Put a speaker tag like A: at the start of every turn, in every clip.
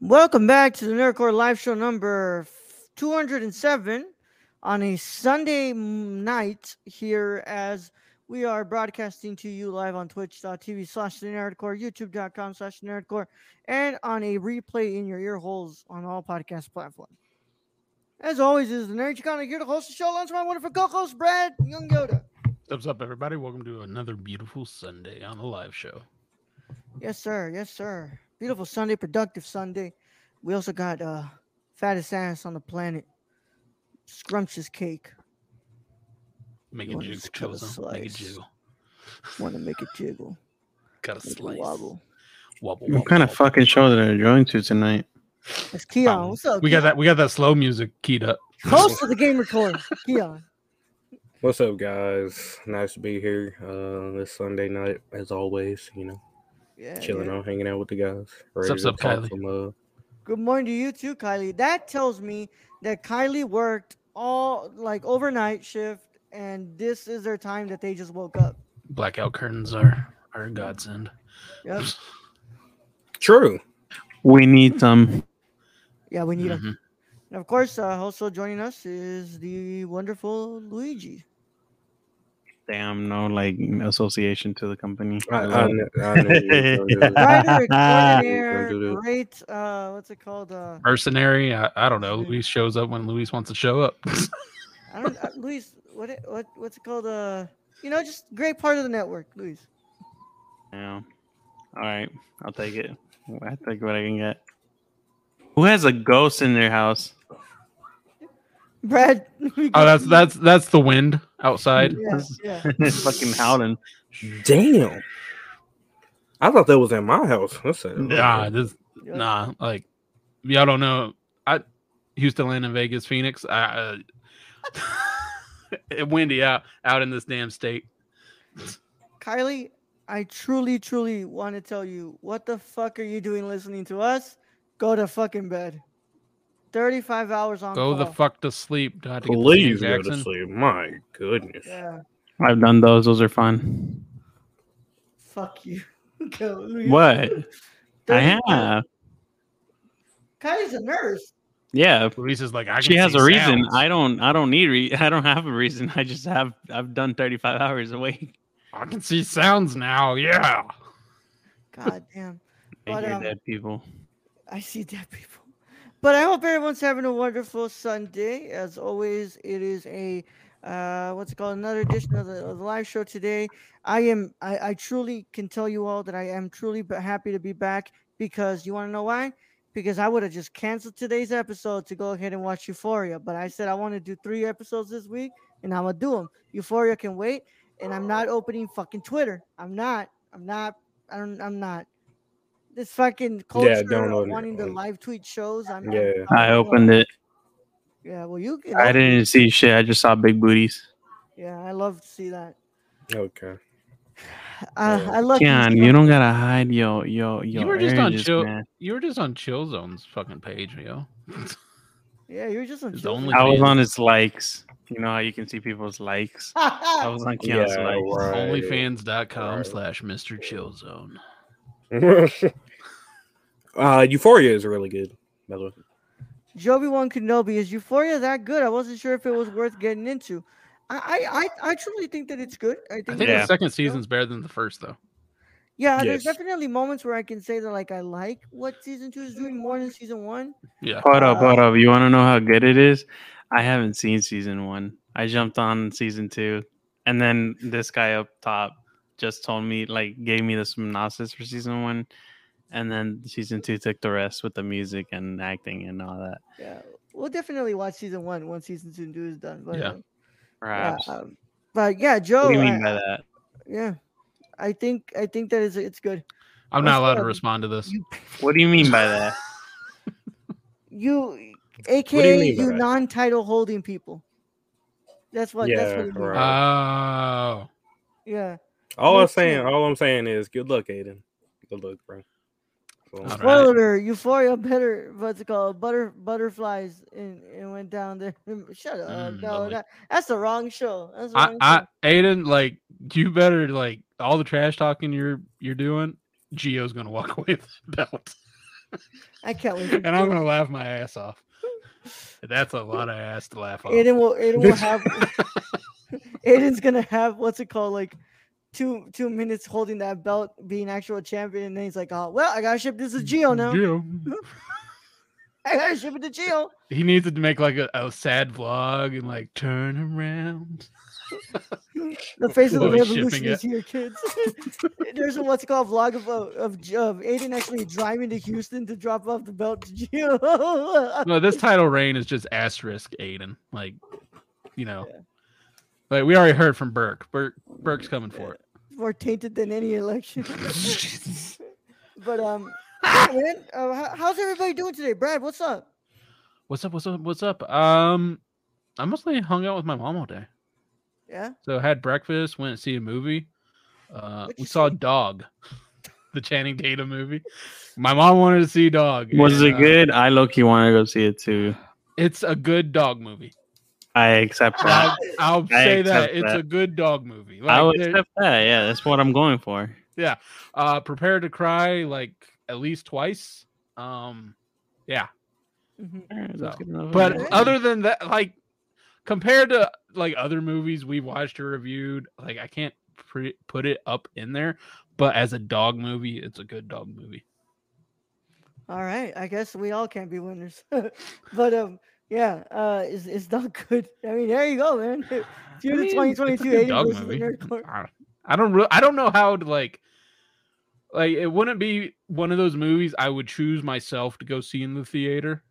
A: Welcome back to the Nerdcore Live Show number f- 207 on a Sunday m- night here as we are broadcasting to you live on twitch.tv slash the nerdcore, youtube.com slash the nerdcore, and on a replay in your ear holes on all podcast platforms. As always, this is the Nerd Chicano here to host the show along with my wonderful co-host, Brad Young Yoda.
B: What's up, everybody? Welcome to another beautiful Sunday on the live show.
A: Yes, sir. Yes, sir. Beautiful Sunday, productive Sunday. We also got uh fattest ass on the planet. Scrumptious cake.
B: Making
A: wanna
B: jiggle,
A: just cut a
B: chosen. Make it
A: slice.
B: jiggle.
A: Want to make it jiggle,
B: Got a
A: make it
B: slice. Wobble,
A: wobble.
B: wobble,
C: What kind of
B: wobble.
C: fucking show that I joined to tonight?
A: It's Keon. What's up?
B: We got
A: Keon?
B: that. We got that slow music keyed up.
A: host of the Gamer Corner, Keon.
D: What's up, guys? Nice to be here uh, this Sunday night, as always. You know,
A: Yeah,
D: chilling
A: yeah.
D: out, hanging out with the guys.
B: What's
D: Ready
B: up,
D: to talk
B: Kylie?
D: Some, uh,
A: Good morning to you too, Kylie. That tells me that Kylie worked all like overnight shift, and this is their time that they just woke up.
B: Blackout curtains are are a godsend.
A: Yep.
D: true.
C: We need some.
A: Yeah, we need them.
B: Mhm.
A: And of course, uh, also joining us is the wonderful Luigi.
C: Damn, no like association to the company.
D: I, I,
A: Mm-hmm.
D: kn- I knew you was gonna do that.
A: Writer extraordinaire,
D: Don't do that.
A: great. Uh, what's it called? Uh,
B: Mercenary. I, I don't know. Luis shows up when Luis wants to show up.
A: I don't, uh, Luis. What it, what what's it called? Uh, you know, just great part of the network, Luis.
C: Yeah. All right, I'll take it. I take what I can get. Who has a ghost in their house?
A: Brad.
B: oh, that's that's that's the wind outside.
A: Yeah, yeah.
C: it's fucking howling.
D: Damn. I thought that was at my house. That's it.
B: Nah, this
A: Yeah.
B: nah. Like y'all don't know. I Houston land in Vegas, Phoenix. I, uh, it windy out out in this damn state.
A: Kylie, I truly, truly want to tell you what the fuck are you doing listening to us? Go to fucking bed. Thirty-five hours on.
B: Go the
A: call.
B: fuck to sleep. Not to get to
D: Please
B: Sam
D: go to
B: Jackson.
D: sleep. My goodness.
A: Yeah.
C: I've done those. Those are fun.
A: Fuck you. Go, Luis.
C: What? I
A: 35
C: have.
A: Kylie's a nurse.
C: Yeah.
B: Luis is like, I can
C: She has
B: see
C: a reason.
B: sounds.
C: I don't. I don't need. Re- I don't have a reason. I just have. I've done thirty-five hours awake.
B: I can see sounds now. Yeah.
A: God damn.
C: I
A: But,
C: hear
A: um,
C: dead people.
A: I see dead people. But I hope everyone's having a wonderful Sunday. As always, it is a uh, what's it called another edition of the, of the live show today. I am I, I truly can tell you all that I am truly b- happy to be back because you want to know why? Because I would have just canceled today's episode to go ahead and watch Euphoria, but I said I want to do three episodes this week, and I'm gonna do them. Euphoria can wait, and I'm not opening fucking Twitter. I'm not. I'm not. I don't. I'm not. This fucking culture
D: Yeah, don't
A: of
D: own it,
A: wanting to
D: own it.
A: live tweet shows. I'm, I'm-
D: Yeah.
A: I'm
C: I
A: not.
C: opened it.
A: Yeah, well, you can.
C: I didn't see shit. I just saw big booties.
A: Yeah, I love to see that.
D: Okay.
A: Uh,
D: Yeah.
A: I love. to
C: Keon,
A: see
C: you
A: that.
C: don't gotta hide yo yo yo.
B: you were just on chill. You were just on Chill Zone's fucking page, yo.
A: Yeah, you're just on.
B: It's
A: Chill
B: only-
C: I was
B: man.
C: on his likes. You know how you can see people's likes. I was on Keon's likes.
D: Yeah, right.
B: Onlyfans.com
D: Right.
B: slash Mr. Chill Zone.
D: uh, Euphoria is really good, by the way.
A: Joby One Kenobi is Euphoria that good? I wasn't sure if it was worth getting into. I, I, I truly think that it's good. I
B: I
A: think,
B: think
A: yeah.
C: Yeah.
B: the second season's better than the first, though.
A: yeah, there's
D: Yes.
A: definitely moments where I can say that like I like what season two is doing more than season one.
B: Yeah.
C: Hold up, hold up. You want to know how good it is? I haven't seen season one. I jumped on season two, and then this guy up top just told me, like, gave me the synopsis for season one, and then season two took the rest with the music and acting and all that.
A: Yeah, we'll definitely watch season one once season two and two is done. But
B: Yeah.
A: uh, yeah,
C: Perhaps.
A: um, but yeah, Joe.
C: what do you mean
A: I-
C: by that?
A: yeah, I think I think that is it's good.
B: I'm not
A: What's
B: allowed to
A: up?
B: respond to this.
A: You
C: What do you mean by that?
A: you, aka
D: mean
A: you,
D: by that?
A: non-title holding people. That's what. that's what
D: Yeah,
A: it means.
D: right.
B: Oh.
A: Yeah.
D: All I'm
A: Let's see.
D: saying, all I'm saying is good luck, Aiden. Good luck, bro. So,
B: All right.
A: Spoiler: Euphoria better what's it called? Butter butterflies and it went down there. Shut up!
B: Mm,
A: no,
B: lovely.
A: that, that's the wrong show. That's the
B: I,
A: wrong
B: I, Aiden, like you better like all the trash talking you're you're doing. Geo's gonna walk away with the belt,
A: show. I can't wait. for
B: and I'm
A: Joe.
B: gonna laugh my ass off. That's a lot of ass to laugh off.
A: Aiden will. Aiden will have. Aiden's gonna have what's it called? Like two two minutes holding that belt, being actual champion, and then he's like, "Oh well, I gotta ship this to Geo now.
B: Geo,
A: I gotta ship it to Geo."
B: he needs to make like a, a sad vlog and like turn around.
A: The face of the
B: Slowly shipping
A: revolution
B: it.
A: is here, kids. There's a what's it called vlog of uh, of, J- of Aiden actually driving to Houston to drop off the belt to Geo.
B: No, this title reign is just asterisk Aiden. Like, you know, like we already heard from Burke. Burke Burke's coming for
A: More tainted than any election.
B: it.
A: but um, yeah, man, uh, how, how's everybody doing today, Brad? What's up?
B: what's up? What's up? What's up? Um, I mostly hung out with my mom all day.
A: Yeah,
B: So I had breakfast, went to see a movie. Uh,
A: What'd
B: we
A: you
B: saw
A: see?
B: Dog, the Channing Tatum movie. My mom wanted to see Dog.
C: Was
B: and,
C: it
B: uh,
C: good? I low key want to go see it too.
B: It's a good dog movie.
C: I accept that.
B: I'll, I'll
C: I
B: say that
C: accept
B: it's
C: that.
B: a good dog movie.
C: I will
B: there-
C: accept that. Yeah, that's what I'm going for.
B: uh prepare to cry like at least twice. Um, yeah.
A: Mhm.
C: All right, that's
B: So,
C: good enough.
B: But
A: Okay.
B: other than that, like compared to like other movies we watched or reviewed, like I can't pre- put it up in there. But as a dog movie, it's a good dog movie.
A: all right. I guess we all can't be winners. but um, yeah, uh, is is not good. I mean, there you go, man. If You're the
B: mean, it's a
A: 2022
B: good
A: Aiden
B: dog
A: versus the
B: movie.
A: Nerdcore.
B: I I don't really, I don't know how to like, like it wouldn't be one of those movies I would choose myself to go see in the theater.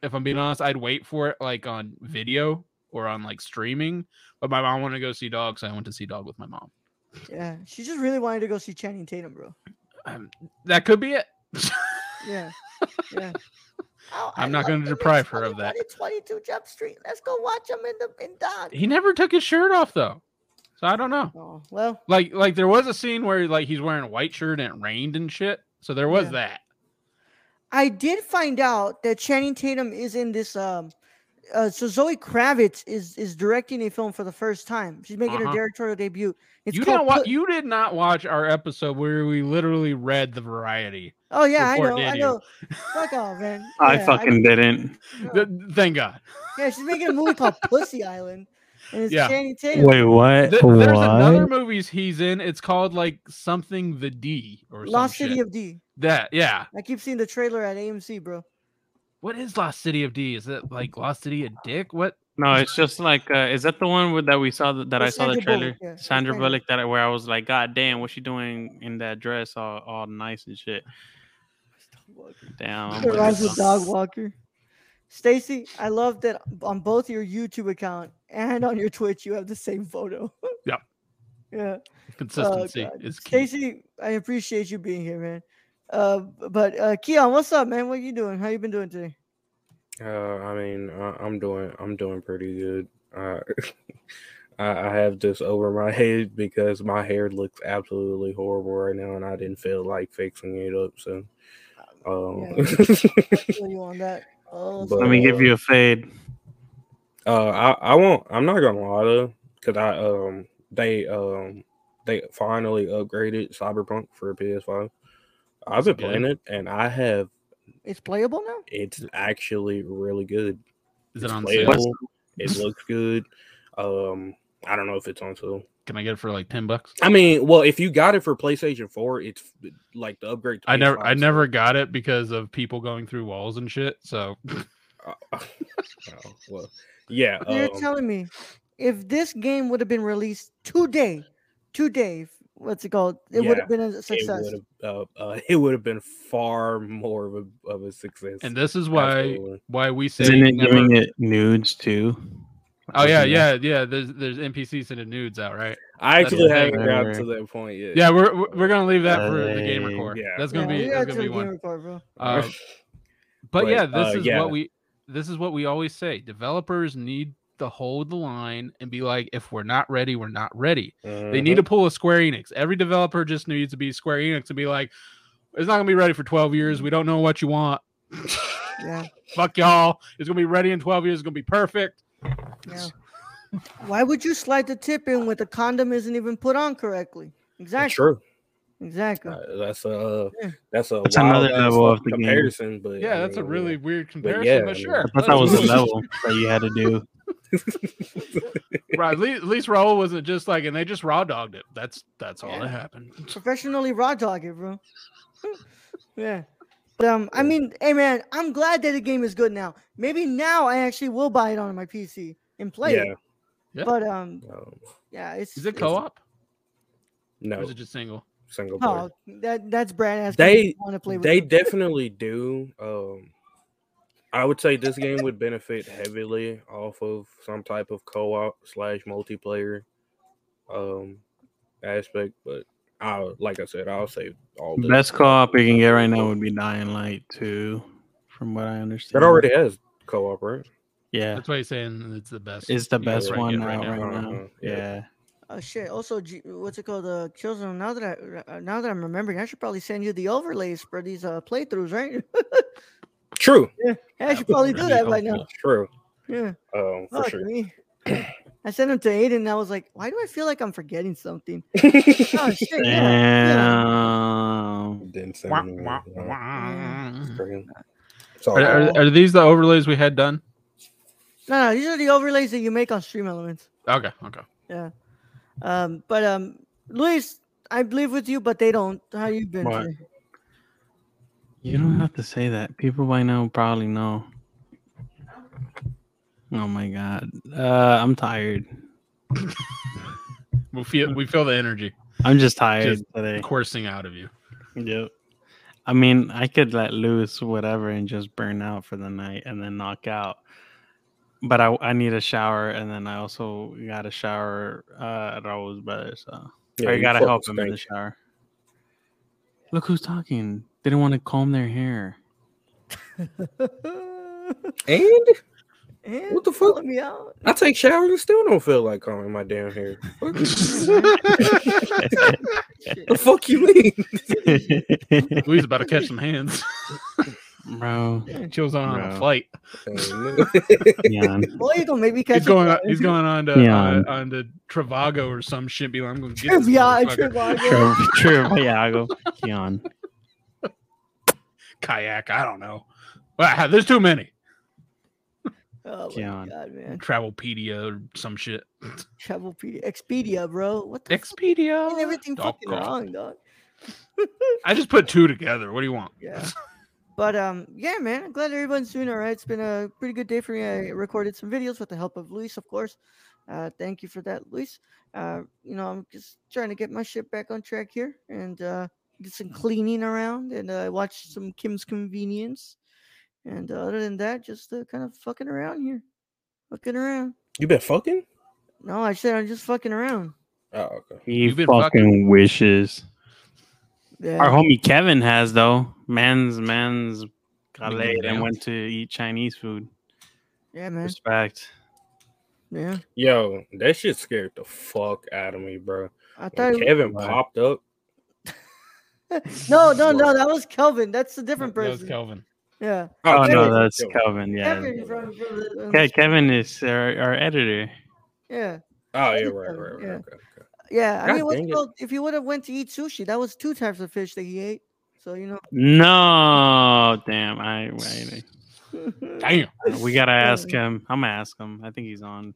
B: If I'm being honest, I'd wait for it like on video or on like streaming. But my mom wanted to go see Dog, so I went to see Dog with my mom.
A: Yeah, she just really wanted to go see Channing Tatum, bro.
B: Um, that could be it.
A: Yeah, yeah. Oh,
B: I'm not
A: love
B: gonna
A: him in
B: deprive her of
A: 21
B: that.
A: and 22 Jump Street. Let's go watch him in the in Dog.
B: he never took his shirt off though, so I don't know.
A: Oh well,
B: Like like there was a scene where like he's wearing a white shirt and it rained and shit. So there was
A: Yeah.
B: that.
A: I did find out that Channing Tatum is in this. Um, uh, so Zoe Kravitz is is directing a film for the first time. She's making
B: Uh-huh.
A: her directorial debut. It's
B: you
A: called
B: didn't wa-
A: Put-
B: you did not watch our episode where we literally read the variety.
A: Oh yeah, I
B: report,
A: know, I
B: did you?
A: know. Fuck off, man.
C: I
A: Yeah,
C: fucking didn't.
A: know.
B: Th- thank God.
A: yeah. She's making a movie called Pussy Island, and it's
B: Yeah.
A: Channing Tatum.
C: Wait, what?
B: Th- there's another
C: Uh, What?
B: movies he's in. It's called like something the D or some
A: Lost City
B: shit.
A: of D.
B: that. Yeah.
A: I keep seeing the trailer at AMC, bro.
B: What is Lost City of D? Is it like Lost City of Dick? What?
C: No, it's just like, uh, is that the one with, that we saw th- that
A: With
C: I saw the
A: Sandra
C: trailer?
A: Bullock, yeah, with
C: Sandra
A: Sandra.
C: Bullock, that where I was like, God damn, what's she doing in that dress, all, all nice and shit? Damn,
D: Oh
C: I'm
A: It
C: with
A: rhymes
C: it
A: with
C: now.
A: dog walker. Stacy, I love that on both your YouTube account and on your Twitch, you have the same photo.
B: Yep.
A: Yeah.
B: Consistency
A: Oh, God.
B: is key.
A: Stacy, I appreciate you being here, man. Uh, but uh, Keon, what's up, man? What you doing? How you been doing today?
D: Uh, I mean, I, I'm doing, I'm doing pretty good. Uh, I, I have this over my head because my hair looks absolutely horrible right now, and I didn't feel like fixing it up. So, um,
A: I feel you on that. Oh,
D: But-
C: Let me give you a fade.
D: Uh, I, I won't. I'm not gonna lie though, cause I um they um they finally upgraded Cyberpunk for PS5. I've been
B: Good.
D: playing it, and I have.
A: it's playable now.
D: It's actually really good.
B: Is it on
D: playable.
B: sale?
D: It looks good. Um, I don't know if it's on sale.
B: Can I get it for like ten bucks?
D: I mean, well, if you got it for PlayStation Four, it's like the upgrade. to
B: I never,
D: PS5,
B: I
D: so-
B: never got it because of people going through walls and shit. So
D: Uh, oh, well, yeah.
A: You're
D: um,
A: telling me if this game would have been released today, today, what's it called? It would
D: Yeah,
A: have been a
D: it
A: success.
D: would have uh, uh, it would have been far more of a, of a success.
B: and this is why
D: Absolutely.
B: why we say
C: Isn't it
B: never-
C: giving it nudes too?
B: Oh yeah,
C: Isn't it?
B: yeah, yeah. There's there's NPCs sending nudes out, right?
D: I
B: That's
D: actually
B: the thing.
D: haven't gotten to that point yet.
B: Yeah, we're we're- we're gonna leave that for the gamer
C: Hey,
B: core.
D: yeah.
B: That's gonna
A: Yeah,
B: be
A: we gotta
B: that's gonna
A: do
B: be
A: a
B: one.
A: gamer card, bro.
B: Uh, but,
D: But,
B: yeah, this
D: uh,
B: is
D: yeah.
B: what we this is what we always say. Developers need to hold the line and be like, if we're not ready, we're not ready. They
D: Mm-hmm.
B: need to pull a Square Enix. Every developer just needs to be Square Enix and be like, it's not gonna be ready for 12 years. We don't know what you want.
A: Yeah,
B: Fuck y'all. It's gonna be ready in 12 years. It's gonna be perfect.
A: yeah. Why would you slide the tip in when the condom isn't even put on correctly?
D: Mhm.
A: Exactly.
D: True.
A: Exactly.
D: Uh, that's a uh,
A: Yeah.
D: that's a
C: That's
D: wild
C: another
D: ass
C: level of the game.
D: comparison, but
B: Yeah,
D: I
B: that's a
D: mean,
B: really weird comparison,
D: yeah,
B: but
D: I mean,
B: sure.
C: I thought that
B: let's
C: was a
B: move on.
C: level that you had to do.
B: right. At least, at least Raul wasn't just like, and they just raw dogged it. That's that's all
A: Yeah.
B: that happened.
A: Professionally raw dog it, bro. yeah. But um, I mean, hey man, I'm glad that the game is good now. Maybe now I actually will buy it on my PC and play
D: yeah.
A: it.
B: Yeah.
A: But um,
D: um,
A: yeah, it's
B: Is it
A: it's-
B: co-op
D: no,
B: or is it just single?
D: single player.
A: Oh, that that's Brad ass.
D: They-
A: want to play with
D: they
A: them.
D: definitely do. Um, I would say this game would benefit heavily off of some type of co-op slash multiplayer um aspect, but I like I said, I'll save all the
C: Best co-op you can get right now would be Dying Light too, from what I understand.
D: that already has co-op, right?
C: yeah,
B: That's why he's saying it's the best.
C: it's the
B: you can
C: best
B: get
C: one
B: right
C: out
B: now.
C: right now.
D: Uh-huh, yeah.
C: Yeah,
A: Oh shit! Also, G- what's it called? Uh, Killzone. Now that I uh, now that I'm remembering, I should probably send you the overlays for these uh playthroughs, right?
D: True,
A: I should probably do
B: That'd be
A: that right now.
B: helpful.
D: true.
A: Yeah.
D: Um, for
A: Fuck
D: sure.
A: me. I sent them to Aiden, and I was like, "Why do I feel like I'm forgetting something?" oh shit! Yeah.
C: Damn.
D: Didn't say
B: Wah,
D: anything,
B: wah,
D: uh,
B: wah. Oh.
D: screen. It's all
B: Are,
D: good.
B: are, are these the overlays we had done?
A: No, no, these are the overlays that you make on Stream Elements.
B: Okay, okay.
A: Um, but um, Luis, I believe with you, but they don't. How you been?
C: What?
A: today?
C: You don't have to say that. People by now probably know. Oh my god, uh, I'm tired.
B: We feel we feel the energy
C: I'm just tired
B: Just-
C: today.
B: coursing out of you.
C: Yep. I mean, I could let loose whatever and just burn out for the night and then knock out. But I, I need a shower and then I also got a shower uh, at Raul's brother. So
D: Yeah,
C: I
D: you
C: gotta
D: fucking
C: help him in the
D: stink.
C: shower. Look who's talking. They didn't want to comb their hair.
D: And
A: And
D: What the fuck?
A: Let Eh? me out.
D: I take showers and still don't feel like combing my damn hair. What the fuck you mean?
B: Louis about to catch some hands.
C: Bro,
B: Chills on, on a
C: Bro.
B: flight.
C: man.
A: Boy, you gonna make me catch
B: He's
A: a
B: going. On,
A: flight.
B: he's going on to
C: Yeah.
B: on, on to Travago or some shit. Be like, I'm going to get this
A: Trivia,
B: motherfucker.
A: Trivago.
C: True, true. Yeah, I go. Keon.
B: kayak. I don't know. Wow, there's too many.
A: Oh my
C: Keon.
A: god, man.
B: Travelpedia or some shit.
A: Travelpedia, Expedia, bro. What the fuck? Ain't
B: Expedia.
A: everything
B: Dog
A: fucking
B: call.
A: wrong, dog.
B: I just put two together. What do you want?
A: Yeah. But um, yeah, man. I'm glad everyone's doing all right. It's been a pretty good day for me. I recorded some videos with the help of Luis, of course. Uh, thank you for that, Luis. Uh, you know, I'm just trying to get my shit back on track here and uh, get some cleaning around and uh, watch some Kim's Convenience. And uh, other than that, just uh, kind of fucking around here, fucking around.
D: you been fucking?
A: No, I said I'm just fucking around.
D: Oh, okay.
C: He
B: You've been
C: fucking,
B: fucking-
C: wishes.
A: Yeah.
C: Our homie Kevin has though. Man's man's got
B: Big
C: laid
B: man.
C: and went to eat Chinese food.
A: Yeah, man.
C: Respect.
A: Yeah.
D: Yo, that shit scared the fuck out of me, bro.
A: I thought
D: When
A: it
D: Kevin
C: Why?
D: popped up.
A: was, no, no, no. That was Kelvin. That's a different
B: That was
A: person.
B: Kelvin.
A: Yeah.
C: Oh, no,
D: Kevin.
C: that's
D: Kevin.
C: Kelvin. Yeah.
A: Kevin from, from the, uh,
C: Ke- Kevin is our, our editor.
A: yeah.
D: Oh, yeah,
A: Kevin,
D: right, right, right.
A: yeah.
D: Okay, okay.
A: Yeah. I
D: God
A: mean, what's
D: dang it.
A: called, if you would have went to eat sushi, that was two types of fish that he ate. So you know.
C: No, damn. I, I
B: Damn.
C: we gotta ask him. I'm gonna ask him. I think he's on.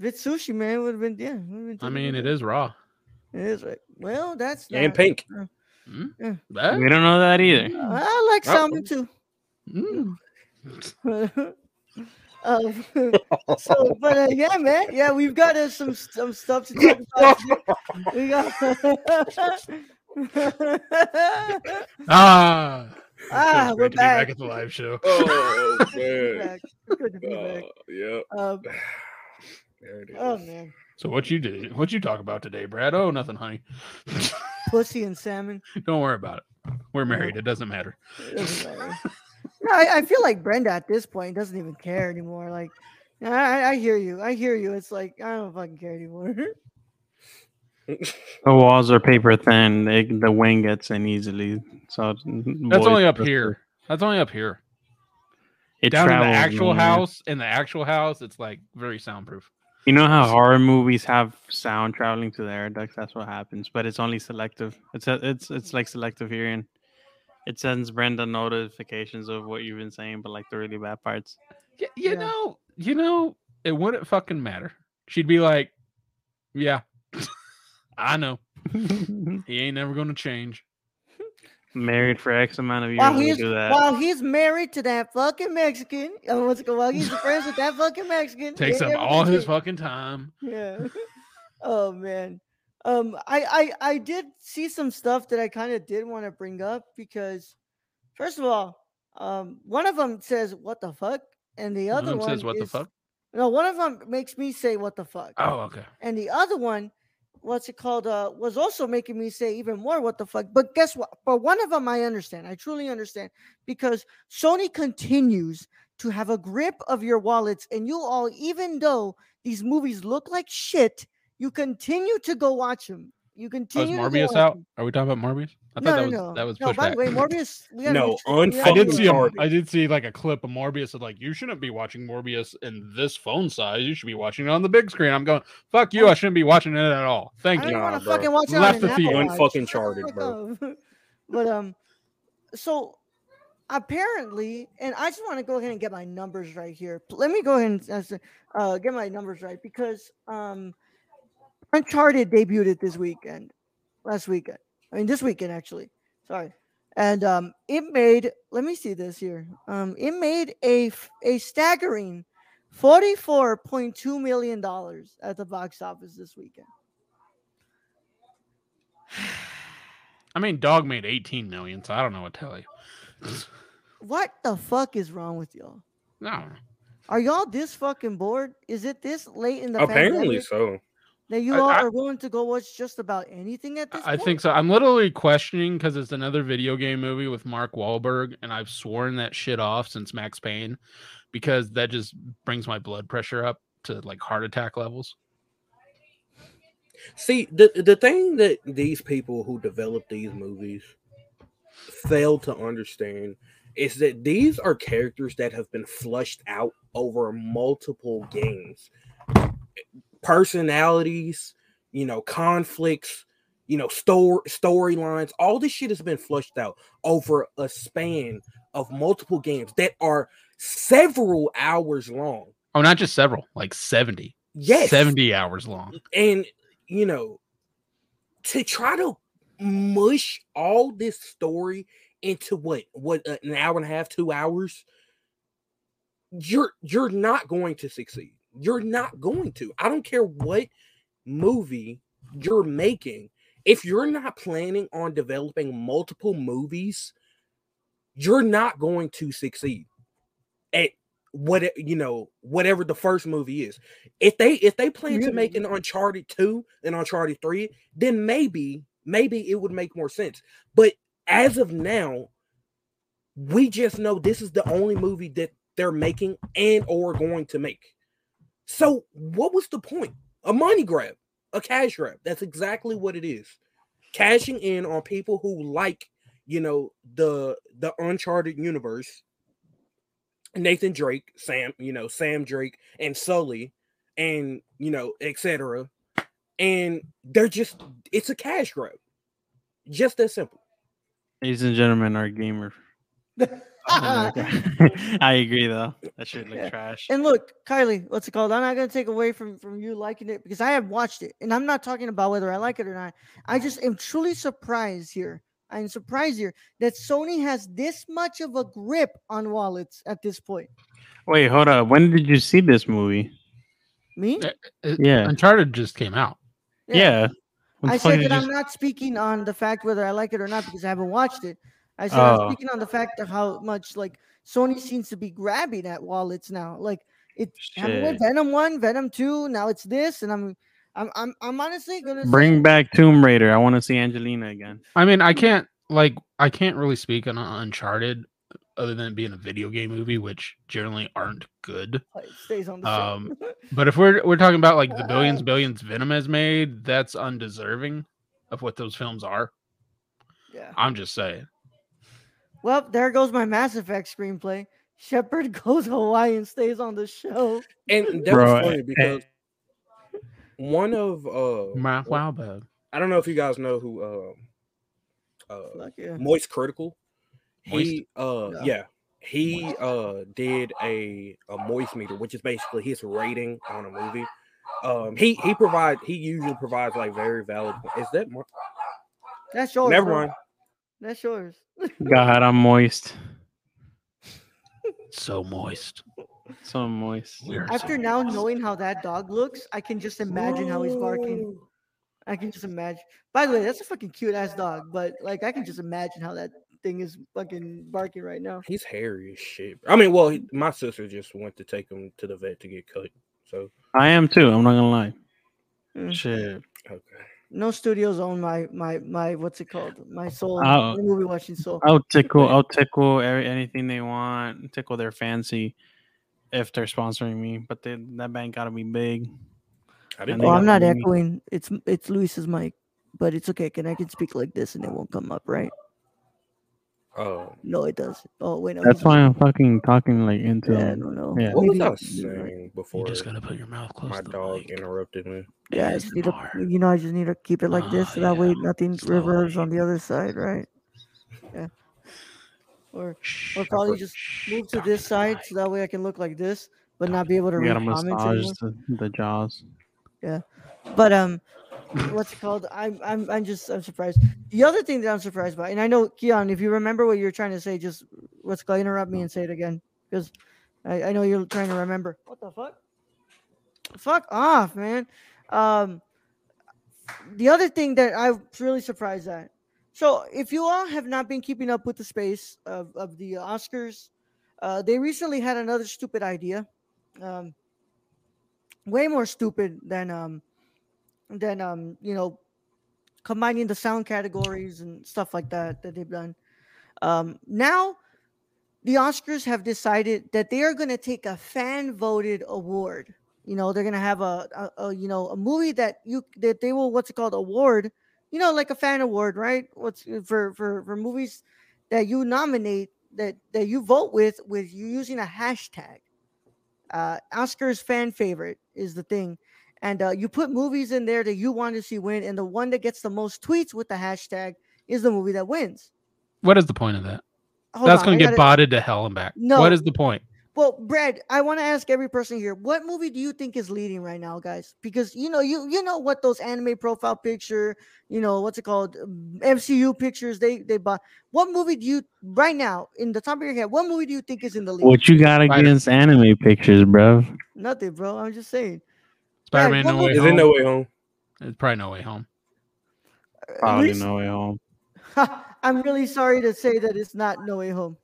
A: Vitsushi, man, would have been yeah. would've been
B: I
A: totally
B: mean, it
A: good.
B: is raw.
A: It is right. Well, that's
D: And
A: not-
D: pink.
B: That-
C: We don't know that either.
A: I like
D: Oh.
A: salmon too.
B: mm.
A: um, so, but uh, yeah, man, yeah, we've got uh, some some stuff to talk about. today. we got.
B: Ah, it
A: Ah,
B: feels
A: we're
B: great to be back.
A: back.
B: at the live show.
D: Oh man.
A: Back. Good to be back.
D: Oh, yeah.
A: Um,
D: There it is.
A: oh man,
B: So what you did? What you talk about today, Brad? Oh, nothing, honey.
A: pussy and salmon.
B: Don't worry about it. We're married. It doesn't matter.
A: It doesn't matter. no, I, I feel like Brenda at this point doesn't even care anymore. Like, I, I- I hear you. I hear you. It's like I don't fucking care anymore.
C: The walls are paper thin. They, the wind gets in easily. So
B: That's only up here. That's only up here.
C: It
B: Down in the
C: travels
B: actual
C: more.
B: house, in the actual house, it's like very soundproof.
C: You know how horror movies have sound traveling to the air ducts? That's what happens, but it's only selective. It's a, it's it's like selective hearing. It sends Brenda notifications of what you've been saying, but like the really bad parts.
B: Y- you
A: Yeah.
B: know, you know, it wouldn't fucking matter. She'd be like, "Yeah, I know. He ain't never gonna change."
C: Married for X amount of years,
A: While
C: we
A: he's,
C: do that.
A: while he's married to that fucking Mexican, oh, what's it called? While he's friends with that fucking Mexican, they
B: Takes up
A: never
B: all
A: did
B: his
A: shit.
B: fucking time.
A: Yeah. oh man. Um I, I I did see some stuff that I kind of did want to bring up because first of all, um one of them says what the fuck and the
B: One
A: other
B: of them
A: one
B: says, "What the
A: is-
B: fuck?"
A: No, one of them makes me say what the fuck.
B: Oh, okay.
A: And the other one what's it called uh was also making me say even more what the fuck. But guess what? But one of them I understand. I truly understand because Sony continues to have a grip of your wallets and you all even though these movies look like shit, you continue to go watch them. You
B: Oh, is
A: continue. to go
B: Morbius
A: watch
B: out?
A: 'em.
B: Are we talking about Morbius? I
A: No, no,
B: thought that was
A: no.
B: that was
A: no.
B: pushed
A: By the
B: back.
A: way, Morbius. We gotta
D: No,
A: make sure- we gotta
B: I
D: unfucking
B: did
A: make
B: see a,
D: Morbius.
B: I did see like a clip of Morbius of like you shouldn't be watching Morbius in this phone size. You should be watching it on the big screen. I'm going, fuck you. I shouldn't be watching it at all. Thank
A: I
B: you.
A: don't
D: Nah,
A: want to
D: bro.
A: fucking watch it
B: Left
A: on
B: the
A: an
B: theater.
A: Apple Watch.
D: Unfucking
A: Shut the
D: charted,
A: fuck
D: bro.
A: up. but um, so apparently, and I just want to go ahead and get my numbers right here. P- Let me go ahead and uh, get my numbers right because um, Uncharted debuted it this weekend, last weekend. I mean, this weekend actually. Sorry. And um, it made. Let me see this here. Um, it made a f- a staggering. $44.2 million at the box office this weekend.
B: I mean, Dog made 18 million, so I don't know what to tell you.
A: What the fuck is wrong with y'all?
B: No,
A: Are y'all this fucking bored? Is it this late in the
D: Apparently
A: pandemic
D: so.
A: that you
B: I-
A: all
B: I-
A: are willing to go watch just about anything at this
B: I I
A: point?
B: think so. I'm literally questioning because it's another video game movie with Mark Wahlberg, and I've sworn that shit off since Max Payne because that just brings my blood pressure up to like heart attack levels.
D: See, the the thing that these people who develop these movies fail to understand is that these are characters that have been flushed out over multiple games. Personalities, you know, conflicts, you know, story storylines, all this shit has been flushed out over a span of multiple games that are several hours long.
B: Oh, not just several, like 70.
D: Yes.
B: 70 hours long.
D: and you know to try to mush all this story into what what uh, an hour and a half two hours you're you're not going to succeed you're not going to i don't care what movie you're making if you're not planning on developing multiple movies you're not going to succeed at what you know whatever the first movie is if they if they plan to make an uncharted 2 and uncharted 3 then maybe maybe it would make more sense but as of now we just know this is the only movie that they're making and or going to make so what was the point a money grab a cash grab that's exactly what it is cashing in on people who like you know the the uncharted universe nathan drake sam you know sam drake and sully and you know etc and they're just it's a cash grab just that simple
C: Ladies and gentlemen, our gamer. Oh my God. I agree though. That shit looked
A: Yeah.
C: trash.
A: And look, Kylie, what's it called? I'm not gonna take away from from you liking it because I have watched it, and I'm not talking about whether I like it or not. I just am truly surprised here. I'm surprised here that Sony has this much of a grip on wallets at this point.
C: Wait, hold up. When did you see this movie?
A: Me?
B: Yeah. It-
C: Yeah.
B: Uncharted just came out.
C: Yeah. When
A: I
C: the fuck
A: said
C: did
A: that I'm
C: you-
A: not speaking on the fact whether I like it or not because I haven't watched it. I said I'm
C: Oh.
A: speaking on the fact of how much like Sony seems to be grabbing at wallets now. Like it haven't we
C: Shit.
A: Venom one, Venom two, now it's this, and I'm I'm I'm, I'm honestly gonna say-
C: Bring back Tomb Raider. I want to see Angelina again.
B: I mean, I can't like I can't really speak on Uncharted other than it being a video game movie, which generally aren't good.
A: Like, stays on the
B: Um,
A: show.
B: But if we're we're talking about like the billions, billions Venom has made, that's undeserving of what those films are.
A: yeah.
B: I'm just saying.
A: Well, there goes my Mass Effect screenplay. Shepard goes Hawaii and stays on the show.
D: And that
C: Bro,
D: was funny because one of uh
B: My
D: one-
B: wow, bug.
D: I don't know if you guys know who um uh
A: Fuck yeah.
D: Moist Critical.
B: Moist?
D: He uh
A: No.
D: yeah. He uh did a a moist meter, which is basically his rating on a movie. Um he he provides he usually provides like very valid is that Mar-
A: That's yours.
D: never
A: bro.
D: mind.
A: That's yours.
C: God, I'm moist.
B: so moist.
C: So moist.
B: We're so
A: After now knowing how that dog looks, I can just imagine how he's barking. I can just imagine. By the way, that's a fucking cute ass dog, but like I can just imagine how that thing is fucking barking right now.
D: He's hairy as shit. I mean, well, he, my sister just went to take him to the vet to get cut. So
C: I am too. I'm not gonna lie.
A: Mm.
C: Shit.
D: okay.
A: No studios own my my my what's it called? My soul.
C: Oh.
A: The movie watching soul.
C: I'll tickle. I'll tickle every, anything they want. Tickle their fancy if they're sponsoring me. But they, that bank gotta be big.
D: I
C: And
D: didn't
C: they
A: Oh,
C: got
D: know
A: I'm not
C: Luis.
A: echoing. It's it's Luis's mic, but it's okay. Can I can speak like this and it won't come up, right?
D: that. Uh,
A: No, it does. Oh wait, no,
C: That's
A: he's-
C: why I'm fucking talking like into.
A: Yeah, I
C: them.
A: don't know.
C: Yeah.
D: what was
A: Maybe-
D: I saying
B: You
D: before
B: just gotta put your mouth close
D: my
B: to the
D: dog
B: mic.
D: interrupted me?
A: Yeah, I just need to,
B: ASMR.
A: you know, I just need to keep it like this,
B: Ah,
A: so that
B: yeah.
A: way nothing
B: Slowly.
A: reverbs on the other side, right? Yeah. Or
B: Shh,
A: or probably
D: Shh.
A: just
B: shh,
A: move to
B: talk
A: this
B: the
A: side,
B: mic.
A: so that way I can look like this, but not be able to
C: We
A: read
C: gotta
A: comments
C: massage
A: anymore.
C: the, the jaws.
A: But um, what's it called? I'm I'm I'm just I'm surprised. The other thing that I'm surprised by, and I know Keon, if you remember what you're trying to say, just what's it called? Interrupt me and say it again, because I, I know you're trying to remember. What the fuck? Fuck off, man. Um, the other thing that I'm really surprised at. So, if you all have not been keeping up with the space of, of the Oscars, uh, they recently had another stupid idea, um, way more stupid than um, than um, you know, combining the sound categories and stuff like that that they've done. Um, now, the Oscars have decided that they are going to take a fan voted award. You know, they're going to have a, a, a you know a movie that you that they will what's it called award. You know, like a fan award, right? What's for for for movies that you nominate that that you vote with with you using a hashtag. Uh, Oscars fan favorite is the thing and uh, you put movies in there that you want to see win, and the one that gets the most tweets with the hashtag is the movie that wins.
B: What is the point of that?
A: Hold
B: That's
A: on,
B: gonna
A: I
B: get
A: gotta-
B: botted to hell and back.
A: No.
B: What is the point?
A: Well, Brad, I want to ask every person here, what movie do you think is leading right now, guys? Because you know, you you know what those anime profile picture, you know what's it called, um, MCU pictures they they buy. What movie do you right now in the top of your head? What movie do you think is in the lead?
C: What you got
B: Spider-
C: against anime pictures, bro?
A: Nothing, bro. I'm just saying.
B: Spider Man
A: what
B: No
A: movie-
B: Way
D: Is
B: Home.
D: it no way home?
B: it's probably No Way Home.
A: Uh,
C: Probably
A: Luis-
C: no way home.
A: I'm really sorry to say that it's not No Way Home.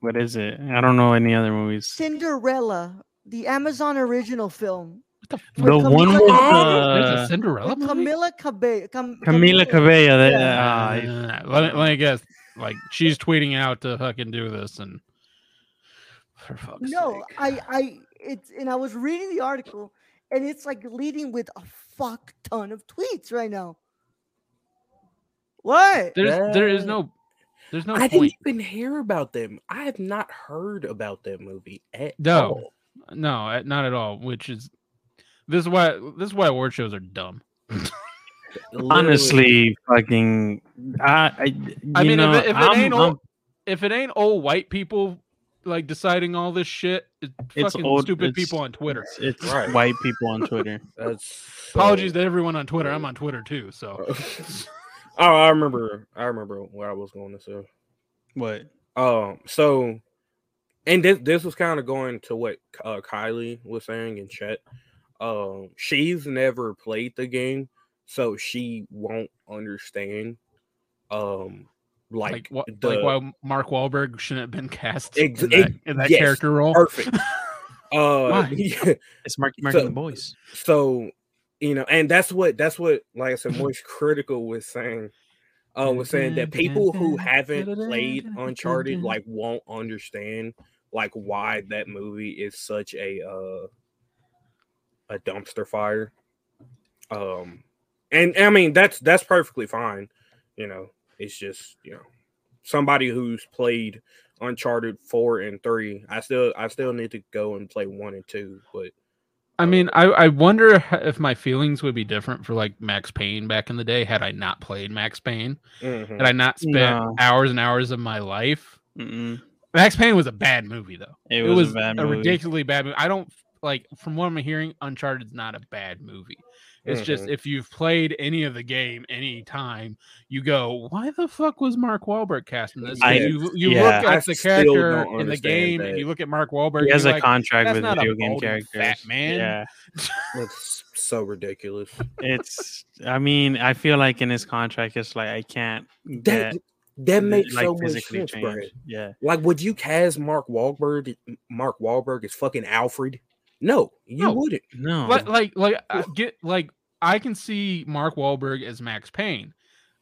C: What is it? I don't know any other movies.
A: Cinderella, the Amazon original film.
B: What the f-
A: With
C: The
A: Cam-
C: one
A: with
C: with
A: Cam-
B: There's
C: uh,
B: a Cinderella
A: with
B: movie.
A: Camila Cabello. Cam-
C: Camila Cabello. That,
B: Nah,
C: uh,
B: nah, nah, nah. let, me, let me guess. Like she's tweeting out to fucking do this and for fuck's
A: No,
B: sake.
A: I, I, it's, and I was reading the article, and it's like leading with a fuck ton of tweets right now. What?
B: There's there is
D: That-
B: no there's no
D: I
B: point.
D: didn't even hear about them. I have not heard about that movie at
B: No.
D: all.
B: No, uh, not at all. Which is this is why this is why award shows are dumb.
D: Literally.
C: honestly, fucking. I, I,
B: I
C: you
B: mean,
C: know,
B: if it, if it
C: I'm-
B: ain't
C: I'm-
B: old, if it ain't old white people like deciding all this shit, it's
C: It's
B: fucking
C: old-
B: stupid
C: it's-
B: people on Twitter.
C: It's, it's
D: Right.
C: white people on Twitter.
D: That's so-
B: Apologies to everyone on Twitter. I'm on Twitter too, so
D: oh, I remember. I remember what I was going to say.
C: what?
D: Um, so, and this this was kind of going to what uh, Kylie was saying in chat. Um, she's never played the game, so she won't understand. Um,
B: like
D: like,
B: wha-
D: the
B: like why Mark Wahlberg shouldn't have been cast
D: Ex-
B: in that, in that
D: yes,
B: character role.
D: perfect. uh,
C: Why?
D: yeah,
C: It's Marky Mark
D: So-
C: and the Boys.
D: so you know, and that's what that's what like I said, Moist Critical was saying. Uh, was saying that people who haven't played Uncharted like won't understand like why that movie is such a uh a dumpster fire. Um, and I mean that's that's perfectly fine. You know, it's just you know somebody who's played Uncharted four and three. I still I still need to go and play one and two, but
B: I mean, I, I wonder h- if my feelings would be different for like Max Payne back in the day had I not played Max Payne.
D: mhm.
B: Had I not spent
C: No.
B: hours and hours of my life.
C: Mm-mm.
B: Max Payne was a bad movie though.
C: It,
B: It,
C: was,
B: was,
C: a bad
B: a
C: movie.
B: ridiculously bad movie. I don't like from what I'm hearing, Uncharted's not a bad movie. It's just
C: Mm-hmm.
B: if you've played any of the game any time, you go, why the fuck was Mark Wahlberg casting this? 'Cause
C: I-
B: you you
C: yeah.
B: look
D: I
B: at the
D: still
B: character
D: don't
B: in the
D: understand
B: game
D: that.
B: and you look at Mark Wahlberg.
C: He
B: and
C: has
B: you're
C: a
B: like,
C: contract
B: "That's
C: with
B: not a
C: video game
B: balding fat
C: characters.
B: man."
C: Yeah,
D: That's so ridiculous.
C: it's. I mean, I feel like in his contract, it's like I can't
D: That
C: get
D: that
C: th-
D: makes
C: like
D: so much
C: physically
D: sense, bro.
C: changed. Yeah,
D: Like, would you cast Mark Wahlberg? Mark Wahlberg is fucking Alfred. No, you
B: No.
D: wouldn't.
C: no.
B: Like, like, like, I get like I can see Mark Wahlberg as Max Payne.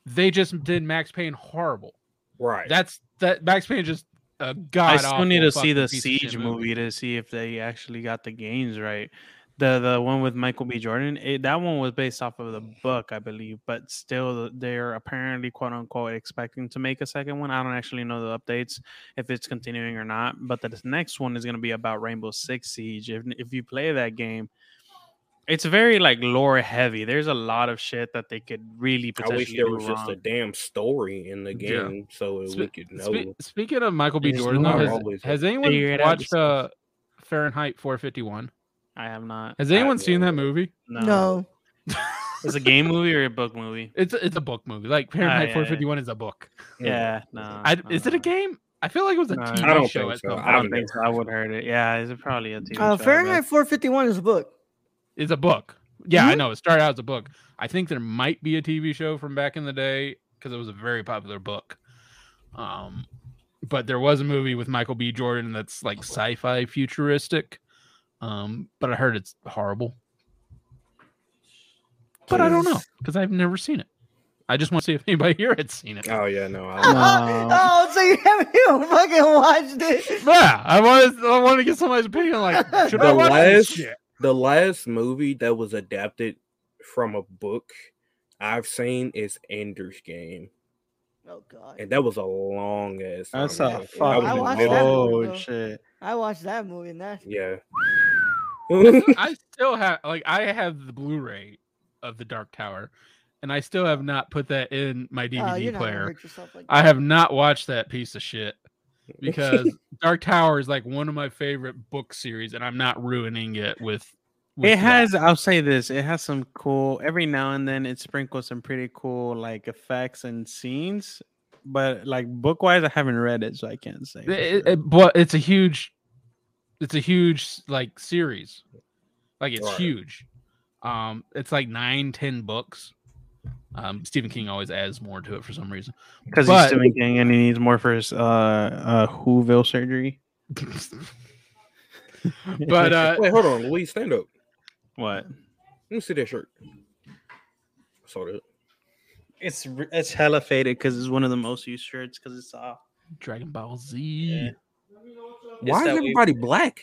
B: They just did Max Payne horrible.
D: Right.
B: That's that Max Payne is just a god.
C: I still need to see the Siege movie to see if they actually got the games right. The the one with Michael B. Jordan, it, that one was based off of the book, I believe, but still they're apparently quote unquote expecting to make a second one. I don't actually know the updates if it's continuing or not, but the next one is going to be about Rainbow Six Siege. If if you play that game, it's very like lore heavy. There's a lot of shit that they could really
D: I wish
C: potentially
D: there
C: do
D: was just a
C: wrong.
D: damn story in the
B: Yeah.
D: game so that
B: Spe-
D: we could know.
B: Spe- speaking of Michael B.
C: There's
B: Jordan, though,
C: not
B: has,
D: always
B: has
D: a-
B: anyone
C: Figure it out
B: watched
C: yourself.
B: uh, Fahrenheit 451?
C: I have not.
B: Has
D: I
B: anyone seen
D: will.
B: that movie?
C: No.
A: No. Uh,
C: It's a game movie or a book movie?
B: It's a, it's a book movie. Like Fahrenheit
C: yeah, yeah.
B: 451 is a book.
C: Yeah, no.
B: I, is
C: Uh-huh.
B: it a game? I feel like it was a
C: No, I
B: TV
D: don't
B: show
D: think
B: at
D: so.
B: some
D: I
C: I
D: don't
B: point.
C: don't think so. I would heard it. Yeah, it's probably a TV
A: Uh,
C: show,
A: Fahrenheit 451 is a book.
B: It's a book. Yeah, I
D: Mm-hmm.
A: Mhm.
B: know. It started out as a book. I think there might be a TV show from back in the day because it was a very popular book. Um, but there was a movie with Michael B. Jordan that's like sci-fi futuristic. Um, but I heard it's horrible. But I don't know because I've never seen it. I just want to see if anybody here had seen it.
D: Oh yeah, no. I,
C: No.
A: oh, so you haven't even fucking watched it?
B: Yeah, I want I want to get somebody's opinion. Like, should I
D: The
B: watch this
D: last-
B: shit?
D: the last movie that was adapted from a book I've seen is Ender's Game,
A: Oh god,
D: and that was a long ass.
C: That's
D: time
C: a
D: ago.
C: fucking
D: I was
A: I
D: in
A: watched
D: middle-
A: that movie,
C: oh
A: bro.
C: shit.
A: I watched that movie and that.
D: Yeah.
B: I still have like I have the Blu-ray of the Dark Tower, and I still have not put that in my
A: Oh,
B: DVD
A: you're not gonna
B: player.
A: hurt yourself like
B: I have not watched that piece of shit because Dark Tower is like one of my favorite book series, and I'm not ruining it with. with
C: It
B: that.
C: has uh, I'll say this, it has some cool every now and then it sprinkles some pretty cool like effects and scenes. But like book wise, I haven't read it, so I can't say. for
B: It-
C: sure.
B: it- but it's a huge, it's a huge like series, like it's
D: Right.
B: huge. Um, it's like nine, ten books. Um, Stephen King always adds more to it for some reason.
C: Because
B: but-
C: he's doing King and he needs more for his uh uh Whoville surgery.
B: but uh,
D: Wait, hold on, Lee, stand up.
C: what?
D: Let me see that shirt. I saw that.
C: It's re- it's hella faded because it's one of the most used shirts because it's uh, soft.
B: Dragon Ball Z.
C: Yeah. It's
D: Why is
C: that way-
D: everybody black?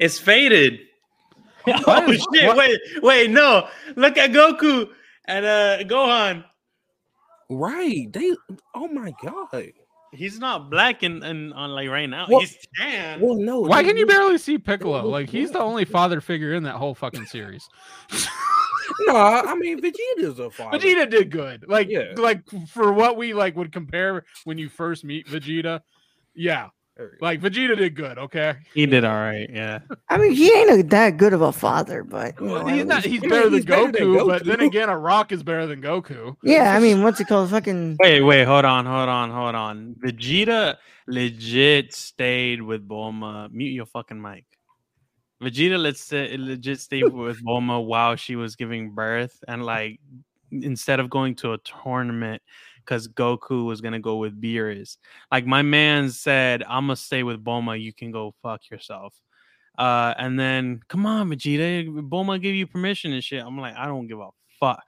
C: It's faded. oh
B: is-
C: shit!
B: what-
C: Wait, wait, no! Look at Goku and uh Gohan.
D: Right. They oh my god.
C: He's not black and and on like right now.
D: What-
C: He's tan.
D: Well no.
B: Why
D: they
B: can you
D: look-
B: barely see Piccolo?
D: look
B: Like he's the
D: black.
B: only father figure in that whole fucking series.
D: no, I mean Vegeta's a father.
B: Vegeta did good. Like
D: Yeah.
B: like for what we like would compare when you first meet Vegeta. Yeah. Like Vegeta did good, okay?
C: He did all right. Yeah.
A: I mean, he ain't a, that good of a father, but you know,
B: Well,
A: I
B: he's
A: mean-
B: not he's
D: I mean,
B: better than
D: he's better
B: Goku,
D: than
B: but then
D: Goku.
B: again a rock is better than Goku.
A: yeah, I mean, what's it called? Fucking
C: Wait, wait, hold on, hold on, hold on. Vegeta legit stayed with Bulma. Mute your fucking mic. Vegeta let's say legit stayed with Bulma while she was giving birth, and like instead of going to a tournament because Goku was gonna go with Beerus, like my man said, "I'm gonna stay with Bulma. You can go fuck yourself." Uh, and then come on, Vegeta, Bulma give you permission and shit. I'm like, I don't give a fuck.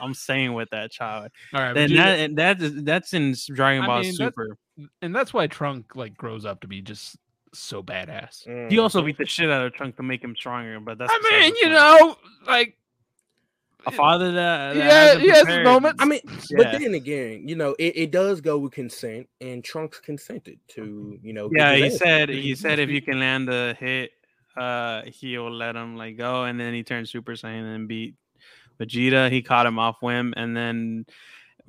C: I'm staying with that child
B: All right,
C: then
B: Vegeta-
C: that and that is that's in s- Dragon
B: I
C: Ball
B: mean, that-
C: Super.
B: and that's why Trunk like grows up to be just so badass.
D: Mm.
C: He also beat the shit out of Trunk to make him stronger, but that's
B: Mm-hmm. I
C: besides
B: mean,
C: the
B: you
C: point.
B: know, like
C: a father that, that
B: yeah,
C: hasn't
B: he has his
C: prepared-
B: moments.
D: I mean,
C: Yeah.
D: but then again, you know, it, it does go with consent, and Trunks consented to, you know. get
C: yeah,
D: his
C: he
D: ass
C: said
D: beat.
C: he said if you can land a hit, uh, he'll let him like go, and then he turned Super Saiyan and beat Vegeta. He caught him off whim, and then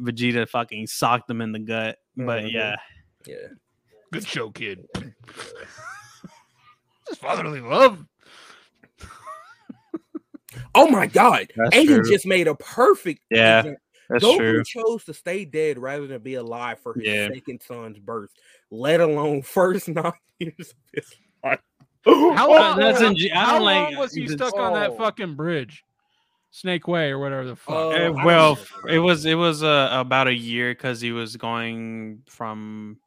C: Vegeta fucking socked him in the gut. But
B: Mm-hmm.
D: Mhm.
C: yeah,
D: Yeah.
B: good show, kid. It's fatherly love.
D: Oh my God,
C: That's
D: Aiden
C: true.
D: just made a perfect.
C: Yeah,
D: example.
C: that's
D: Goku
C: true.
D: chose to stay dead rather than be alive for his
C: Yeah.
D: second son's birth, let alone first nine years of his life.
B: How
C: But
B: long?
C: that's
B: how,
C: in G- I
B: how
C: don't like-
B: long was he
C: it's-
B: stuck on that
D: Oh.
B: fucking bridge, Snake Way or whatever the fuck?
D: Oh, I
C: Uh,
D: don't
C: well,
D: know.
C: f- it was it was uh, about a year because he was going from.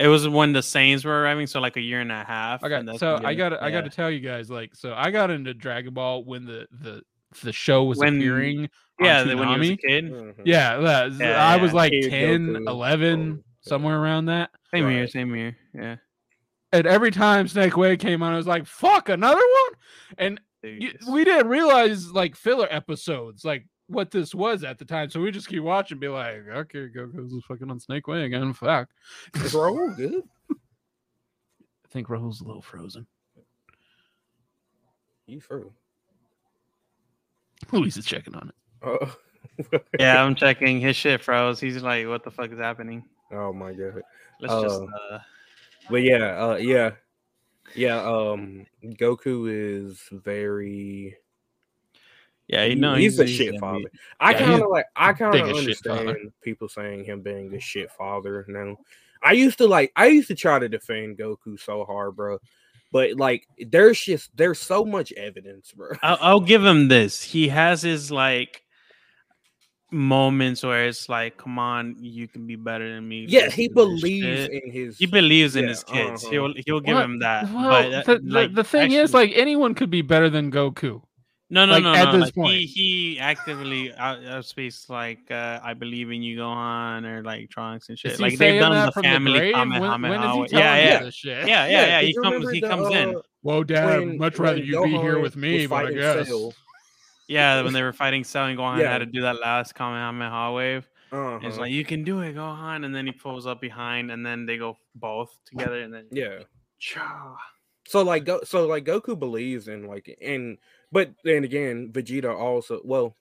C: It was when the Saints were arriving, so like a year and a half.
B: Okay,
C: and that's
B: so
C: when
B: I
C: the-
B: got to I got to
C: yeah.
B: tell you guys like so I got into Dragon Ball when the the the show was
C: When-
B: appearing. on
C: yeah the- when he was a
B: Toonami.
C: kid.
D: Mhm.
B: yeah, that-
C: Yeah,
B: I was
C: yeah. Oh,
B: like
D: Kid
B: 10,
D: Goku.
B: 11,
D: oh,
B: somewhere around that.
C: Same here,
D: Right.
C: same here. Yeah,
B: And every time Snake Way came on, I was like, "Fuck, another one!" And you,
C: Dude,
B: we didn't realize like filler episodes, like what this was at the time. So we just keep watching, be like, "Oh, "Okay, Goku's fucking on Snake Way again." Fuck.
D: Is Raoul good?
B: I think Rahul's a little frozen.
D: You true.
B: Luis is checking on it.
D: Oh.
C: yeah, I'm checking his shit froze. He's like, "What the fuck is happening?"
D: oh my God.
C: Let's just.
D: Oh.
C: Uh,
D: But yeah, uh, yeah, yeah. Um, Goku is very.
C: yeah, you
D: he-
C: know
D: he's, a
C: he's
D: shit
C: gonna
D: father.
C: be-
D: I
B: Yeah, he's
D: kind of like. I kind
B: big
D: of
B: as shit father.
D: understand people saying him being a shit father now. I used to like. I used to try to defend Goku so hard, bro. But like, there's just there's so much evidence, bro.
C: I'll, I'll give him this. He has his like moments where it's like, "Come on, you can be better than me."
D: Yeah,
C: this
D: he
C: and this
D: believes
C: shit."
D: in his.
C: He believes in
D: Yeah,
C: his kids.
D: uh-huh.
C: He'll he'll give
B: Well,
C: him that.
B: Well,
C: but,
B: the,
C: uh,
B: the,
C: like,
B: the thing is,
C: actually-
B: like anyone could be better than Goku.
C: no, no,
B: like,
C: no,
B: at
C: no.
B: this
C: like,
B: point-
C: he he actively out, outspeaks like uh, I believe in you, Gohan, or like Trunks and shit.
B: Is he
C: Like
B: saying
C: they've done
B: that
C: the
B: from
C: family
B: grave?
C: comment,
B: when,
C: comment,
B: when is he
C: always-
B: telling
C: yeah,
B: you
C: yeah.
B: this shit?
C: Yeah, yeah, yeah. He
D: you
C: comes,
D: remember
C: he
D: the,
C: comes in.
D: uh,
B: Well, Dad,
D: when-
B: much rather
D: when
B: you be here
D: Gohan
B: with me,
D: was
B: but I
D: fighting
B: guess.
D: Cell,
C: Yeah, when they were fighting Cell and Gohan
D: Yeah.
C: had to do that last Kamehameha wave.
D: Uh-huh.
C: And It's like you can do it, Gohan, and then he pulls up behind, and then they go both together, and then
D: yeah.
C: Cha.
D: So like go so like Goku believes in like and but then again Vegeta also well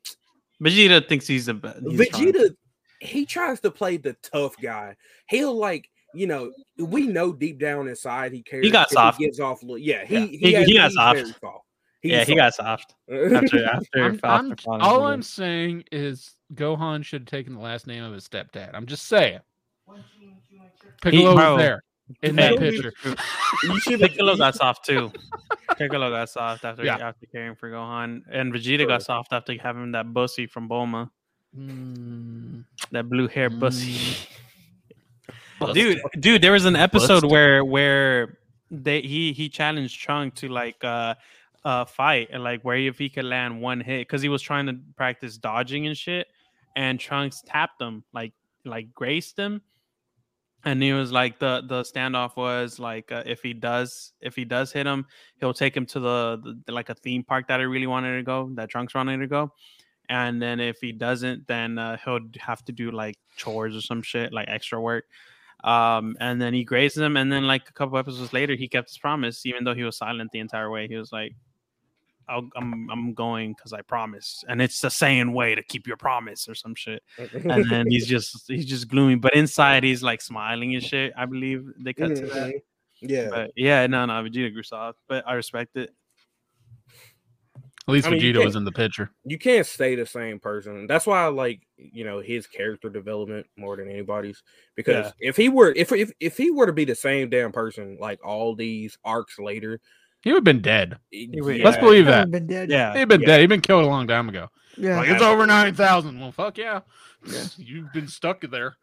C: Vegeta thinks he's the best.
D: Vegeta he tries to play the tough guy. He'll like you know we know deep down inside he cares.
C: got soft.
D: He gets off. li- Yeah, he
C: Yeah.
D: he,
C: He-
D: has-
C: he got
D: he's
C: soft.
D: very soft. He's
C: yeah, he
D: soft.
C: got soft after after,
B: I'm,
C: after
B: I'm,
C: falling
B: all
C: asleep.
B: I'm saying is Gohan should have taken the last name of his stepdad. I'm just saying. Piccolo
C: bro.
B: was there in that
D: Hey.
B: picture.
D: you should
C: Piccolo got soft too. Piccolo got soft after
B: Yeah.
C: after caring for Gohan, and Vegeta
D: Sure.
C: got soft after having that bussy from Bulma,
B: Mm,
C: that blue hair bussy.
B: busted.
C: dude, dude, there was an episode
B: Busted.
C: where where they he he challenged Trunk to like uh uh fight and like where if he could land one hit because he was trying to practice dodging and shit, and Trunks tapped him like like graced him. And he was like the the standoff was like uh, if he does if he does hit him he'll take him to the, the like a theme park that I really wanted to go that Trunks wanted to go, and then if he doesn't then uh, he'll have to do like chores or some shit like extra work, um, and then he grazes him, and then like a couple episodes later, he kept his promise, even though he was silent the entire way. He was like, I'll, I'm I'm going because I promise, and it's the saying way to keep your promise or some shit. And then he's just he's just gloomy, but inside he's like smiling and shit. I believe they cut to that.
D: Mhm. yeah.
C: But yeah, no, no, Vegeta grew soft, but I respect it.
B: At least
D: I mean, you
B: Vegeta was
D: can't-
B: in the picture.
D: you can't stay the same person. That's why I like you know his character development more than anybody's because if he were if if if he were to be the same damn person like all these arcs later,
B: He would have been dead.
C: would-
B: Let's
C: Yeah.
B: believe
A: I've
B: that.
A: been dead.
C: Yeah,
B: He'd been
D: yeah.
B: dead. He'd been killed a long time ago.
A: Yeah.
B: Like it's over nine thousand. Well, fuck yeah.
A: Yeah.
B: You've been stuck there.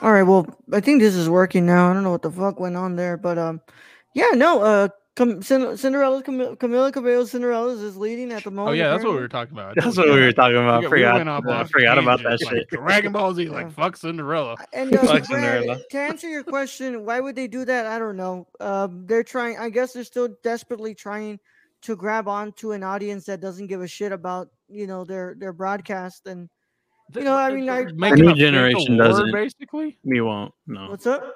A: All right. Well, I think this is working now. I don't know what the fuck went on there, but um, yeah, no. Uh, Cam- Cin- Cinderella, Cam- Camila Cabello, Cinderella is leading at the moment.
B: Oh yeah, that's what we were
A: apparently.
B: talking about.
C: that's what we were talking
B: We
C: about. I
B: got- we
C: forgot,
B: went off
C: I
B: on
C: forgot about that
B: tangents, like,
C: shit.
B: Dragon Ball Z, like
A: Yeah.
B: fuck Cinderella.
A: And uh,
C: Fuck
A: Brad,
C: Cinderella.
A: to answer your question, why would they do that? I don't know. Um, they're trying. I guess they're still desperately trying to grab onto an audience that doesn't give a shit about you know their their broadcast. And You know, I mean, I-
B: Making
C: new
B: a fake
C: generation
B: war,
C: doesn't.
B: basically.
C: We won't. No,
A: what's up?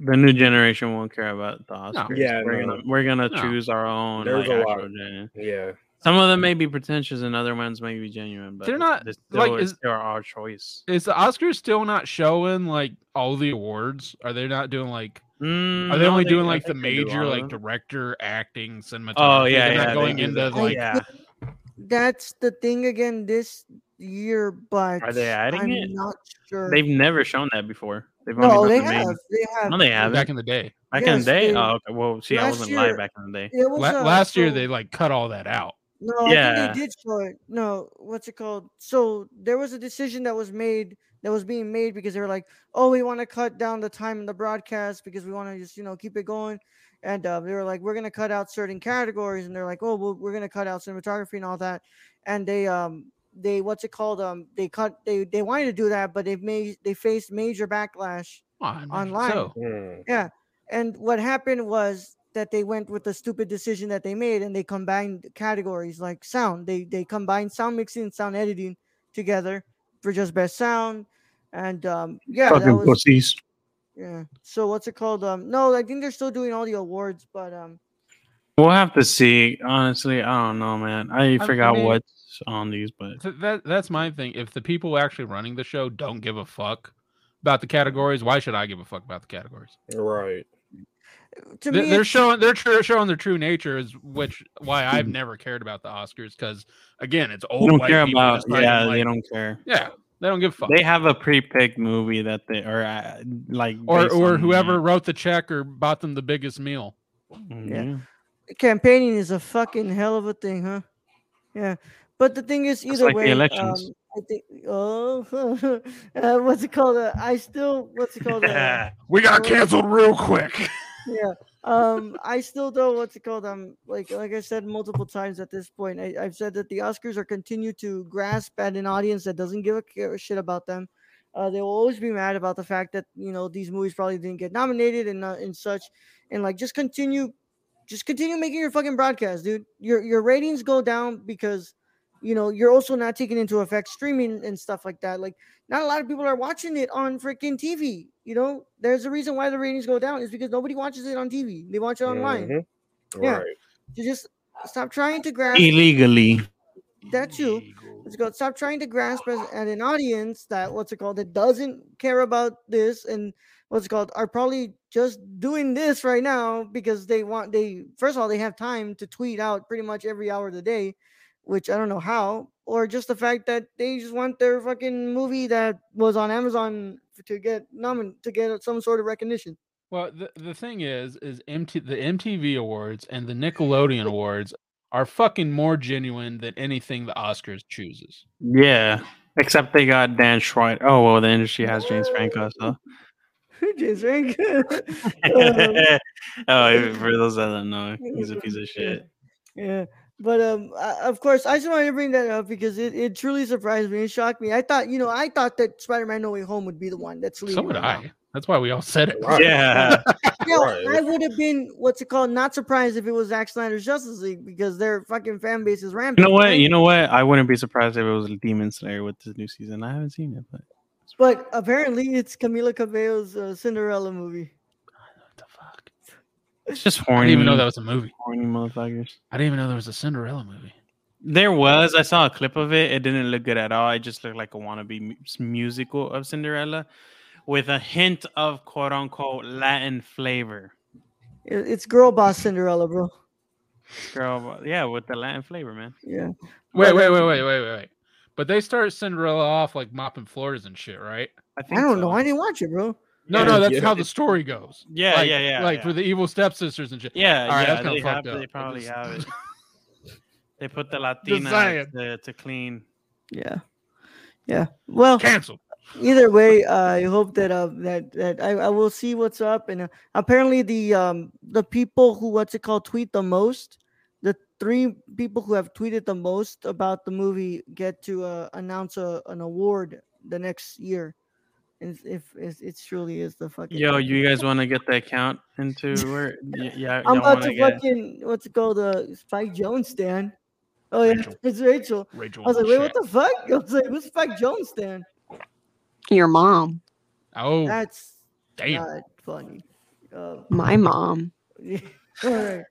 C: the new generation won't care about the
B: No.
C: Oscars.
D: Yeah,
C: we're
D: no.
C: gonna we're gonna
B: No.
C: choose our own.
D: There's
C: like,
D: a lot.
C: actual genuine-
D: yeah,
C: Some of them may be pretentious, and other ones may be genuine. But
B: They're
C: it's-
B: not-
C: it's
B: like,
C: still- it's
B: is-
C: still our choice.
B: Is the Oscars still not showing like all the awards? Are they not doing like?
C: Mm,
B: Are they
C: no,
B: only doing
C: I
B: like the
C: think they do
B: major
C: all of
B: like
C: them.
B: director, acting, cinematography?
C: Oh yeah,
B: They're
C: yeah.
B: not
C: they
B: going
C: do
B: into
C: that.
B: like.
A: Oh,
C: yeah.
A: That's the thing again this year, but
C: they adding
A: I'm
C: it?
A: Not sure.
C: They've never shown that before. They've
A: no,
C: only
A: they
C: done the main-
A: have. They have.
C: No, they haven't.
B: Back in the day,
C: Back in
A: Yes,
C: the day.
A: they-
C: Oh, okay. well, see, I
A: last
C: wasn't live
A: year-
C: back in the day.
A: It was,
B: La-
A: uh,
B: last year
A: so-
B: they like cut all that out.
A: No, I
C: Yeah.
A: think they did show it. No, what's it called? So there was a decision that was made that was being made because they were like, "Oh, we want to cut down the time in the broadcast because we want to just you know keep it going," and uh, they were like, "We're gonna cut out certain categories," and they're like, "Oh, well, we're gonna cut out cinematography and all that," and they um they what's it called um they cut they they wanted to do that but they made they faced major backlash
B: Oh, I imagine
A: Online.
B: So.
D: Mm.
A: and what happened was that they went with the stupid decision that they made and they combined categories like sound. They they combined sound mixing and sound editing together for just best sound. And um yeah, that was
C: pussies.
A: yeah. So what's it called? Um no, I think they're still doing all the awards, but um
C: We'll have to see. Honestly, I don't know, man. I forgot
B: mean-
C: what's on these, but
B: Th- that that's my thing. If the people actually running the show don't give a fuck about the categories, why should I give a fuck about the categories?
D: right.
A: to
B: They-
A: me
B: they're
A: it's-
B: showing they're tr- showing their true nature is which why I've never cared about the Oscars because again, it's old.
C: they don't
B: white
C: care
B: people
C: about.
B: deciding,
C: Yeah, they
B: like-
C: don't care.
B: Yeah, they don't give a fuck.
C: They have a pre-picked movie that they or uh, like
B: or
C: based
B: or
C: on-
B: whoever wrote the check or bought them the biggest meal.
C: Mm,
A: Yeah.
C: yeah.
A: campaigning is a fucking hell of a thing, huh? Yeah. But the thing is, either
C: like the
A: way,
C: elections.
A: um, I think. Oh, uh, what's it called? Uh, I still. What's it called? Uh,
B: We
A: got canceled
B: real quick.
A: yeah um i still don't what's it called um like like i said multiple times at this point I, i've said that the oscars are continue to grasp at an audience that doesn't give a care shit about them uh, they will always be mad about the fact that you know these movies probably didn't get nominated and uh, and such and like just continue just continue making your fucking broadcast dude your your ratings go down because you know you're also not taking into effect streaming and stuff like that like not a lot of people are watching it on freaking TV. You know, there's a reason why the ratings go down is because nobody watches it on TV. They watch it online.
D: Mhm.
A: Yeah.
D: Right.
A: You just stop trying to grasp.
C: Illegally.
A: That too. Let's go. Stop trying to grasp as, at an audience that what's it called that doesn't care about this and what's it called are probably just doing this right now because they want they first of all they have time to tweet out pretty much every hour of the day, which I don't know how, or just the fact that they just want their fucking movie that was on Amazon f- to get nomin to get some sort of recognition.
B: Well, the, the thing is, is MT- the MTV Awards and the Nickelodeon Awards are fucking more genuine than anything the Oscars chooses.
C: Yeah. Except they got Dan Schreier. Oh well, the industry has James Franco. So.
A: James Franco. Um,
C: oh, for those that don't know, he's a piece of shit.
A: Yeah, but um, I, of course, I just wanted to bring that up because it, it truly surprised me and shocked me. I thought, you know, I thought that Spider-Man: No Way Home would be the one that's leading.
B: So would
A: right
B: I. That's why we all said it.
D: Right.
C: Yeah.
A: now. Yeah,
D: Right.
A: I would have been what's it called? Not surprised if it was Zack Snyder's Justice League because their fucking fan base is rampant.
C: You know what?
A: right?
C: You know what? I wouldn't be surprised if it was Demon Slayer with this new season. I haven't seen it, but
A: But apparently, it's Camila Cabello's uh, Cinderella movie.
C: what the fuck? It's just horny.
B: I didn't even know that was a movie.
C: horny motherfuckers.
B: I didn't even know there was a Cinderella movie.
C: There was. I saw a clip of it. It didn't look good at all. It just looked like a wannabe mu- musical of Cinderella with a hint of quote unquote Latin flavor.
A: It- It's girl boss Cinderella, bro.
C: Girl, yeah, with the Latin flavor, man.
A: Yeah.
B: Wait,
A: But,
B: wait,
A: uh,
B: wait, wait, wait, wait, wait. But they start Cinderella off like mopping floors and shit, right?
A: I
C: think
A: don't
C: so.
A: know. I didn't watch it, bro.
B: No,
D: Yeah.
B: no, that's
D: Yeah.
B: how the story goes.
C: Yeah,
B: Like-
C: yeah, yeah.
B: Like
C: yeah.
B: for the evil stepsisters and shit.
C: Yeah,
B: All right,
C: yeah,
B: that's kinda
C: they,
B: fucked
C: have,
B: up.
C: they
B: But
C: probably
B: this-
C: have it. They put the
B: saying.
C: Latina to, to clean.
A: Yeah. Yeah. Well,
B: Cancelled.
A: either way, I hope that uh, that that I, I will see what's up. And uh, apparently, the um the people who what's it called tweet the most, the three people who have tweeted the most about the movie get to uh, announce a, an award the next year. And it's- if, if it truly is the fucking
C: Yo, you guys want to get the account into where? y- Yeah,
A: I'm
C: y'all
A: about
C: wanna
A: to
C: get-
A: fucking what's it called the Spike Jones stand. Oh yeah,
B: Rachel.
A: it's Rachel.
B: Rachel.
A: I was like, wait, what
B: shit.
A: the fuck? I was like, who's Spike Jones stand?
E: Your mom,
B: Oh,
A: That's
B: damn.
A: not funny. Uh,
E: my mom.
A: Yeah. All right.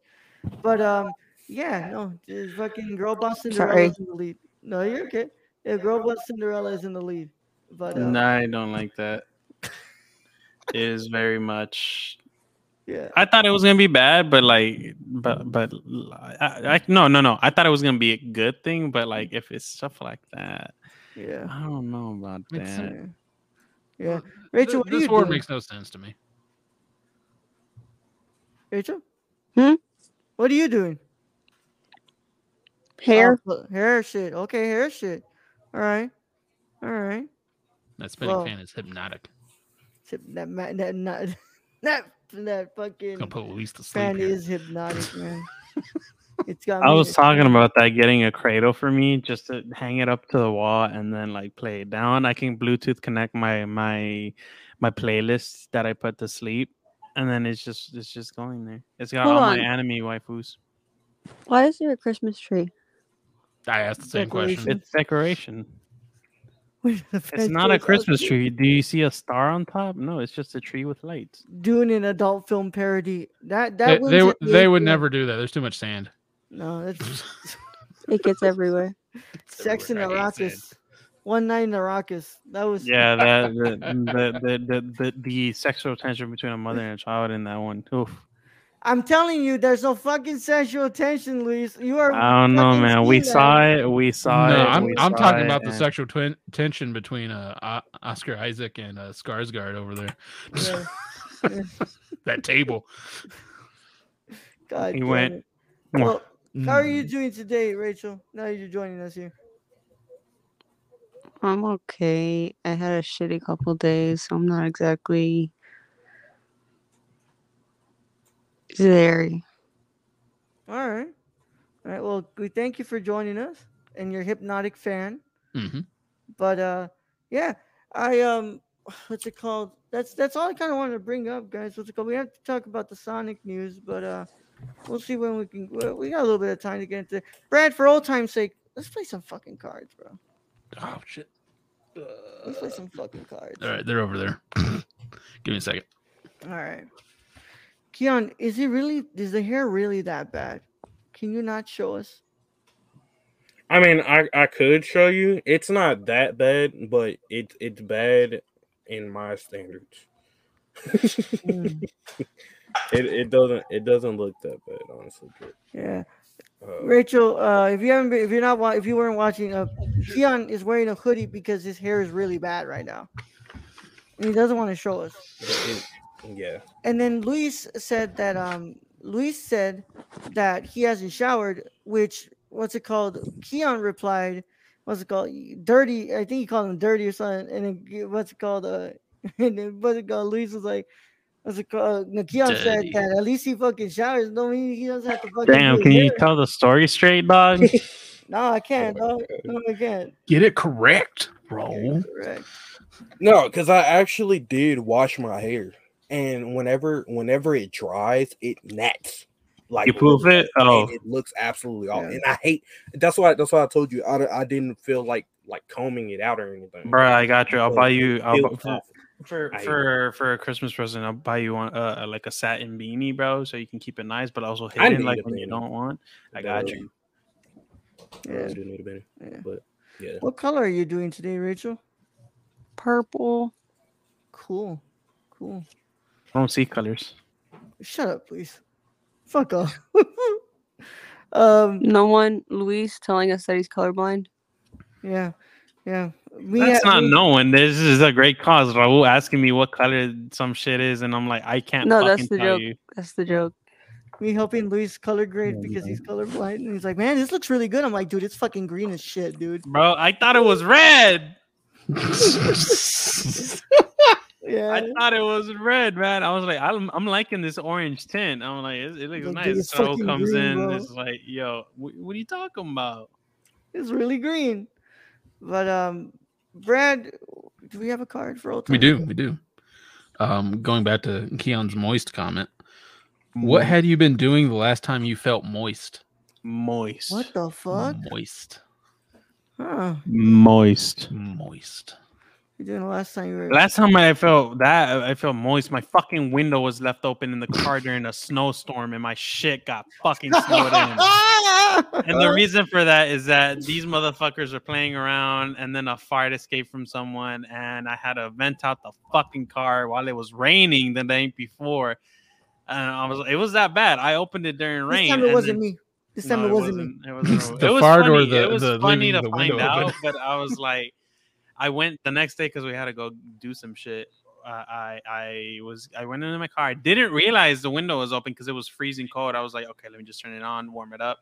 A: But um, yeah, no, just fucking girl boss Cinderella
E: Sorry.
A: is in the lead. No, you're okay. Yeah, girl boss Cinderella is in the lead. But uh,
C: No, I don't like that. it is very much.
A: yeah,
C: I thought it was gonna be bad, but like, but but l- I, I- no no no. I thought it was gonna be a good thing, but like if it's stuff like that,
A: yeah,
C: I don't know about
B: It's-
C: that.
A: yeah. yeah. Rachel, what
B: Th-
A: are
B: this
A: you
B: award
A: doing?
B: makes no sense to me.
A: Rachel,
E: Hmm?
A: What are you doing?
E: Hair.
A: Oh, hair shit. Okay, hair shit. All right, all right.
B: That spinning
A: Well-
B: fan is hypnotic.
A: Tip- That ma- that not that that
B: It's
A: fucking
B: gonna put Elise to sleep.
A: fan
B: here.
A: is hypnotic, man. it's got.
C: I
A: me-
C: was talking about that getting a cradle for me just to hang it up to the wall and then like play it down. I can Bluetooth connect my my my playlist that I put to sleep, and then it's just it's just going there. It's got
E: Hold
C: all
E: on.
C: my anime waifus.
D: Oh.
E: Why is there a Christmas tree?
B: I asked the same question.
C: It's decoration.
A: Where's the
C: It's
A: fan
C: not a
A: base?
C: Christmas
A: Okay.
C: tree. Do you see a star on top? No, it's just a tree with lights.
A: doing an adult film parody. That that
B: They,
A: wins
B: they,
A: at
B: would-
A: the
B: they would
A: APM.
B: never do that. There's too much sand.
A: No, that's
E: It gets everywhere.
A: Sex in
B: everywhere. I hate
A: Arrakis. One night in Arrakis. That was
C: Yeah, that the the, the, the the the sexual tension between a mother and a child in that one. Oof.
A: I'm telling you, there's no fucking sexual tension, Luis. You are
C: I don't know,
A: fucking
C: man. We
A: seeing
C: saw
A: that.
C: it. We saw
B: no,
C: it.
B: I'm,
C: we
B: I'm
C: saw
B: talking
C: it,
B: about the
C: and-
B: sexual twin- tension between uh, O- Oscar Isaac and uh, Skarsgård over there.
A: Yeah.
B: that table.
A: God
C: He
A: damn
C: went,
A: it. Well, how are you
B: Mm.
A: doing today, Rachel? Now you're joining us here.
E: I'm okay. I had a shitty couple days, so I'm not exactly there.
A: All right. All right. Well, we thank you for joining us and your hypnotic fan.
B: Mhm.
A: but uh yeah i um what's it called that's that's all i kind of wanted to bring up guys what's it called we have to talk about the sonic news but uh we'll see when we can we- we got a little bit of time to get into brad for old time's sake let's play some fucking cards bro
B: Oh shit!
A: let's play some fucking cards
B: All right, they're over there. Give me a second.
A: all right keon is it really is the hair really that bad can you not show us
D: I mean, I, I could show you. It's not that bad, but it it's bad in my standards. it
A: Mm,
D: it doesn't it doesn't look that bad, honestly. But,
A: yeah
D: uh,
A: rachel uh if you haven't been, if you're not wa- if you weren't watching uh keon is wearing a hoodie because his hair is really bad right now and he doesn't want to show us.
D: it- yeah.
A: And then Luis said that um Luis said that he hasn't showered, which what's it called? Keon replied, what's it called? Dirty. I think he called him dirty or something. And then Ke- what's it called? Uh, and then what's it called? Luis was like, what's it called? uh, No, Keon said
B: Dirty.
A: that at least he fucking showers. No, he, he doesn't have to fucking.
C: Damn,
A: do
C: can you
A: hair."
C: tell the story straight, dog?
A: No, I can't.
D: Oh
A: No, no, I can't.
B: Get it correct, bro.
A: Correct.
D: No, because I actually did wash my hair, and whenever whenever it dries, it gnats. Like
C: You poof
D: really
C: it?
D: bad, and
C: Oh.
D: it looks absolutely awful,
A: Yeah.
D: and I hate. That's why. That's why I told you I, d- I didn't feel like like combing it out or anything.
C: Bro, I got you. I'll buy you. I'll,
D: Feel
C: bu- for,
D: awful.
C: for
D: I-
C: for for a Christmas present, I'll buy you one uh, like a satin beanie, bro, so you can keep it nice, but also
D: I
C: hidden
D: need
C: like
D: a
C: when you
D: beanie.
C: don't want. I got
D: Duh.
C: you.
D: I
A: Yeah.
D: do need a Benny,
A: Yeah.
D: but yeah.
A: What color are you doing today, Rachel?
E: Purple.
A: Cool. Cool.
C: I don't see colors.
A: Shut up, please. Fuck off. um
E: No one. Luis telling us that he's colorblind.
A: yeah. Yeah. Me at-
C: That's not no one. This is a great cause. Raul asking me what color some shit is, and I'm like, I can't.
E: No,
C: fucking
E: that's the
C: tell
E: joke.
C: You.
E: That's the joke.
A: me helping Luis color grade
C: Yeah,
A: because he's colorblind. And he's like, man, this looks really good. I'm like, dude, it's fucking green as shit, dude.
C: Bro, I thought it was red. I
A: Yeah.
C: thought it was red, man. I was like, I'm, I'm liking this orange tint. I'm like, it, it
A: Like,
C: looks
A: dude,
C: nice.
A: it's
C: So
A: fucking
C: comes
A: green,
C: in,
A: bro.
C: it's like, yo, what, what are you talking about?
A: It's really green. But um Brad, do we have a card for old
B: We do, we do. Um, going back to Keon's moist comment, what had you been doing the last time you felt moist?
C: Moist.
A: What the fuck?
B: Moist,
A: Huh.
C: Moist.
B: moist.
A: You're doing the last time you were
C: Last time I felt that, I felt moist. My fucking window was left open in the car during a snowstorm, and my shit got fucking snowed in. And the reason for that is that these motherfuckers are playing around, and then a fire escaped from someone, and I had to vent out the fucking car while it was raining the night before. And I was, it was that bad. I opened it during rain.
A: This time it
C: and
A: wasn't
C: then-
A: me. This time
C: no,
A: it wasn't me.
C: It wasn't.
B: The
C: it was
B: fart or
C: funny.
B: the-
C: it was
B: the
C: funny
B: leaving
C: to
B: the
C: find
B: window
C: out,
B: open?
C: but I was like, I went the next day because we had to go do some shit. Uh, I I was I went into my car. I didn't realize the window was open because it was freezing cold. I was like, okay, let me just turn it on, warm it up.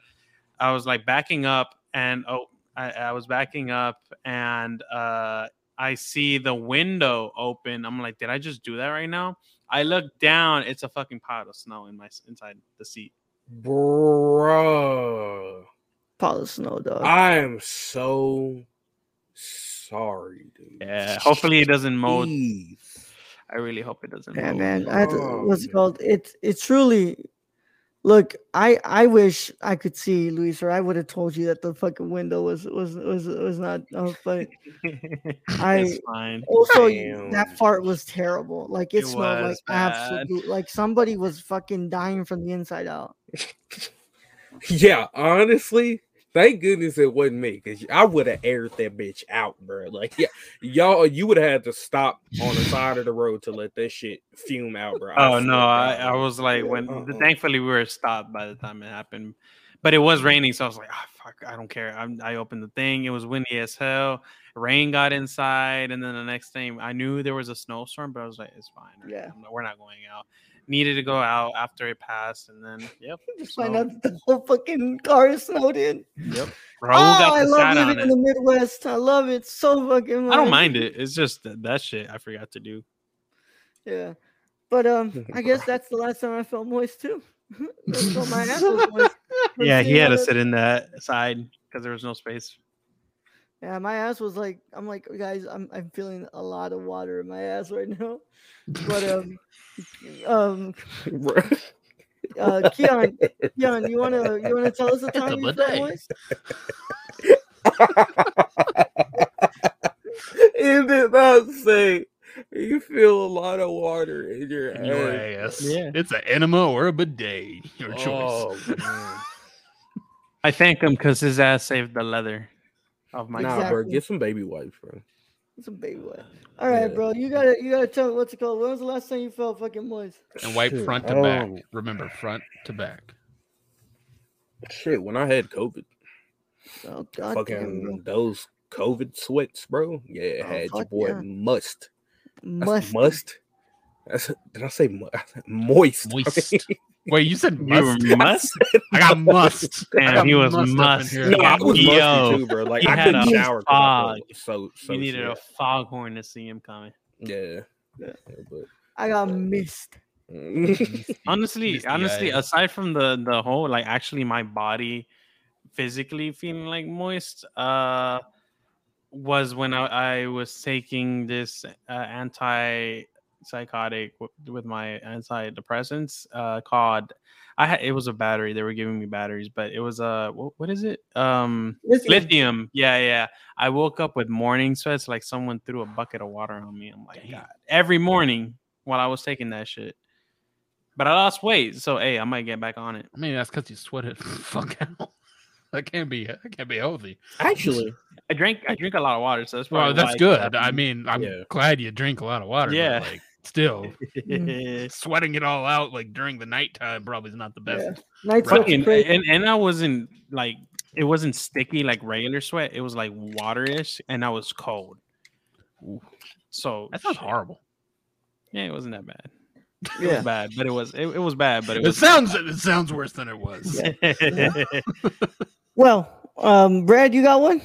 C: I was like backing up, and oh, I, I was backing up, and uh, I see the window open. I'm like, did I just do that right now? I look down. It's a fucking pile of snow in my inside the seat.
D: Bruh.
A: Paula Snow dog.
D: I am so sorry, dude.
C: Yeah, hopefully it doesn't mold.
D: Jeez.
C: I really hope it doesn't.
A: Yeah,
C: mold.
A: man. I had to,
D: Oh,
A: what's it
D: man.
A: called? It it truly. Look, I I wish I could see Luis, or I would have told you that the fucking window was was was was not. Uh, but I
C: it's fine.
A: also
D: Damn.
A: that fart was terrible. Like it,
C: It
A: smelled like
C: was bad.
A: absolute. Like somebody was fucking dying from the inside out.
D: Yeah, honestly, thank goodness it wasn't me because I would have aired that bitch out, bro. Like, yeah, y'all, you would have had to stop on the side of the road to let that shit fume out, bro.
C: Oh
D: swear
C: no,
D: to
C: I,
D: God.
C: I was like when
A: uh,
D: Uh-uh.
C: thankfully we were stopped by the time it happened. But it was raining, so I was like, oh, fuck, I don't care. I'm, I opened the thing. It was windy as hell. Rain got inside, and then the next thing I knew there was a snowstorm, but I was like, it's fine. right?
A: Yeah.
C: I'm not- we're not going out. Needed to go out after it passed, and then yep,
A: Just find
C: So-
A: out that the whole fucking car is snowed in.
C: yep. Raul
A: oh,
C: got
A: I
C: the sat
A: love
C: on
A: living in
C: it.
A: the Midwest. I love it so fucking.
C: I don't
A: much.
C: mind it. It's just that, that shit I forgot to do.
A: Yeah. But um, I guess that's the last time I felt moist too. That's what my ass was moist. from
C: Yeah, he
A: seeing
C: had
A: all
C: to
A: that-
C: sit in that side because there was no space.
A: Yeah, my ass was like, I'm like, guys, I'm I'm feeling a lot of water in my ass right now. But um, um,
D: Bruh.
A: uh, Keon, Keon, you wanna you wanna tell us the time you felt
B: bidet.
A: moist?
D: it did not say you feel a lot of water in your
B: In your ass.
D: ass.
C: Yeah.
B: It's an enema or a bidet. Your choice.
D: Oh, man.
C: I thank him because his ass saved the leather of my.
D: nah,
C: car.
D: bro,
A: Exactly.
D: get some baby wipes, bro.
A: It's a baby boy. All right,
D: Yeah.
A: bro, you gotta you gotta tell me what's it called. When was the last time you felt fucking moist?
B: And wipe
D: Shit,
B: front to back.
D: um,
B: Remember, front to back.
D: Shit, when I had COVID,
A: Oh god, damn, bro.
D: fucking those COVID sweats, bro. Yeah,
A: Oh,
D: had your
A: fuck
D: boy
A: yeah.
D: must. That's
A: must
D: must. That's, did I say mu- I said moist? I mean,
B: Moist. Wait, you said
C: You were
B: must?
C: must.
B: I got must. I
C: Damn,
B: got
C: he was
B: up in
C: must.
B: here.
D: no, I was
C: Yo,
D: musty too, bro. Like
C: he
D: I
C: had
D: couldn't
C: a
D: shower. 'cause I felt
C: fog.
D: So, so
C: you needed a
D: sick.
C: foghorn to see him coming.
D: yeah.
A: Yeah.
D: Yeah, but- mm.
A: I got missed.
C: Honestly,
B: Misty
C: honestly,
B: eyes.
C: aside from the the whole like actually my body physically feeling like moist, uh, was when I, I was taking this uh, anti psychotic w- with my antidepressants uh called i had it was a battery they were giving me batteries but it was uh what, what is it um
A: Listen,
C: Lithium. Yeah, yeah. I woke up with morning sweats like someone threw a bucket of water on me. I'm like,
B: Damn.
C: God. Every morning while I was taking that shit. But I lost weight. So, hey, I might get back on it.
B: I mean, that's because you sweated the fuck out. I can't be. I can't be healthy.
D: Actually,
C: I drink I drink a lot of water, so that's
B: Well,
C: probably
B: that's
C: why
B: good.
C: that
B: I mean, I'm
D: Yeah.
B: glad you drink a lot of water. Yeah.
C: Yeah.
B: But, like, still
C: happened.
B: sweating it all out like during the nighttime probably is not the best.
A: Nights
B: Right.
A: right.
C: Fucking-
A: crazy.
C: and and I wasn't like it wasn't sticky like regular sweat. It was like waterish, and I was cold.
B: Ooh.
C: So
B: That sounds horrible.
C: Yeah, it wasn't that bad. It
A: yeah.
C: was bad, but it was it, it was bad, but it
B: It
C: was
B: sounds. It sounds worse than it was.
A: Well, um, Brad, you got one?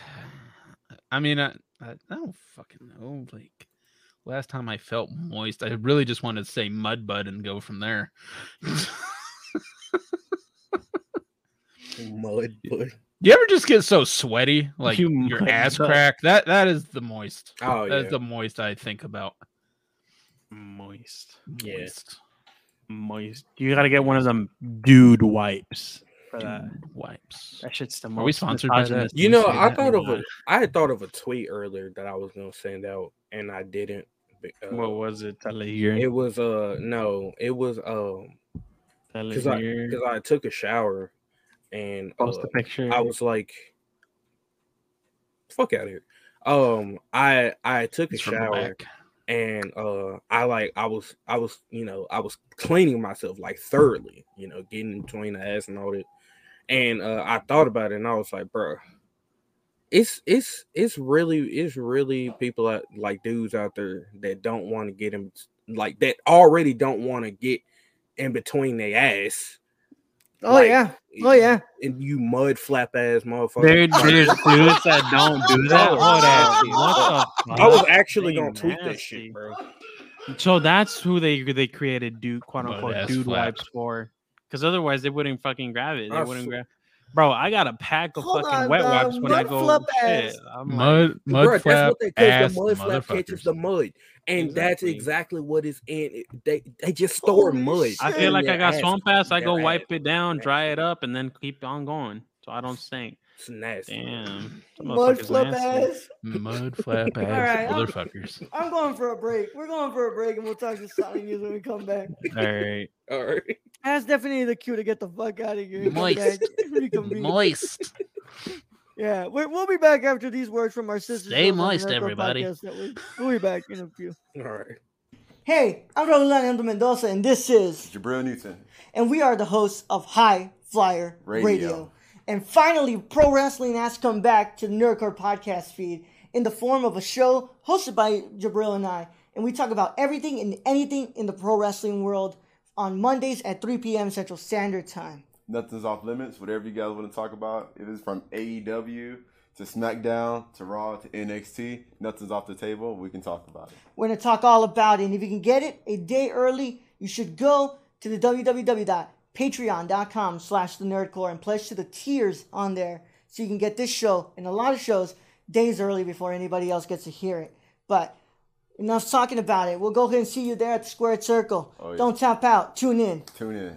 B: I mean, I, I I don't fucking know. Like last time I felt moist, I really just wanted to say mud bud and go from there.
D: mud. But,
B: you ever just get so sweaty, like
C: You
B: your
C: mud
B: ass
C: bud.
B: crack? That that is the moist.
D: oh
B: That's
D: yeah,
B: the moist I think about.
C: moist.
D: Yeah.
B: Moist
C: Moist. You gotta get one of them dude wipes for that.
B: wipes.
C: That shit's the most.
B: Are we sponsored by that?
C: misogynist
D: you
C: thing
D: know,
C: to
D: I
C: say.
D: thought of a, I had thought of a tweet earlier that I was gonna send out, and I didn't. be- Uh,
C: What was it? Telehir.
D: it was uh no, it was um because I because
C: Telehir.
D: I took a shower, and
C: Post
D: uh,
C: a picture.
D: I was like, "Fuck out of here." Um, I I took a
B: It's from the
D: shower
B: back.
D: and uh, I like I was I was you know I was cleaning myself like thoroughly, you know, getting between the ass and all that. And uh, I thought about it and I was like, "Bruh, it's it's it's really it's really people out, like dudes out there that don't want to get in like that already don't want to get in between their ass.
A: Oh
D: Like,
A: yeah. Oh yeah.
D: and you mud flap ass motherfucker.
C: Dude, there's dudes that don't do that.
D: Oh,
C: What
D: shit.
C: the fuck?
D: I was actually gonna
C: They
D: tweet that
C: nasty.
D: shit, bro.
C: So that's who they they created dude quote
B: Butt
C: unquote
B: ass
C: dude
B: flap.
C: wipes for. Because otherwise they wouldn't fucking grab it. They
D: I
C: wouldn't
D: fu-
C: grab. Bro, I got a pack of
A: Hold
C: fucking
A: on,
C: wet
A: bro.
C: wipes when I
A: Mud
C: go.
A: flap
C: Shit,
A: ass.
C: I'm like,
B: Mud mud
D: Bruh,
B: flap ass
D: The mud flap catches
B: motherfuckers.
D: the mud, and that's
C: Exactly.
D: exactly what is in. It. They they just store
A: Holy
D: mud.
A: shit.
C: I
D: in
C: feel like I
D: their
C: got
D: ass.
C: swamp ass. I go
D: Their
C: wipe
D: ass.
C: it down, dry it up, and then keep on going. So I don't stink.
D: It's nasty.
C: Damn. some
A: Mud
C: motherfucker's
A: flip
C: nasty.
A: ass.
B: Mud flap
A: Alright,
B: ass
A: I'm-
B: motherfuckers.
A: I'm going for a break. We're going for a break, and we'll talk to Sonic News when we come back.
C: All right.
D: All right.
A: That's definitely the cue to get the fuck out of here. and come
B: Moist.
A: back, reconvene.
B: Moist.
A: Yeah, we're, we'll be back after these words from our sisters.
B: Stay
A: shows on the
B: moist,
A: Nerdcore
B: everybody.
A: Podcast Network. We'll be back in a few.
D: All right.
A: Hey, I'm Rolando Mendoza, and this is
F: Jabril Newton.
A: and we are the hosts of High Flyer Radio.
F: Radio.
A: And finally, pro wrestling has come back to the Nerdcore podcast feed in the form of a show hosted by Jabril and I. And we talk about everything and anything in the pro wrestling world on Mondays at 3 p.m. Central Standard Time.
F: Nothing's off limits. Whatever you guys want to talk about, if it's from AEW to SmackDown to Raw to NXT, nothing's off the table. We can talk about it.
A: We're going to talk all about it. And if you can get it a day early, you should go to the www.patreon.com slash the nerdcore and pledge to the tiers on there so you can get this show and a lot of shows days early before anybody else gets to hear it. But enough talking about it. We'll go ahead and see you there at the Squared Circle.
F: yeah.
A: Don't tap out. Tune in.
F: Tune in.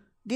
A: the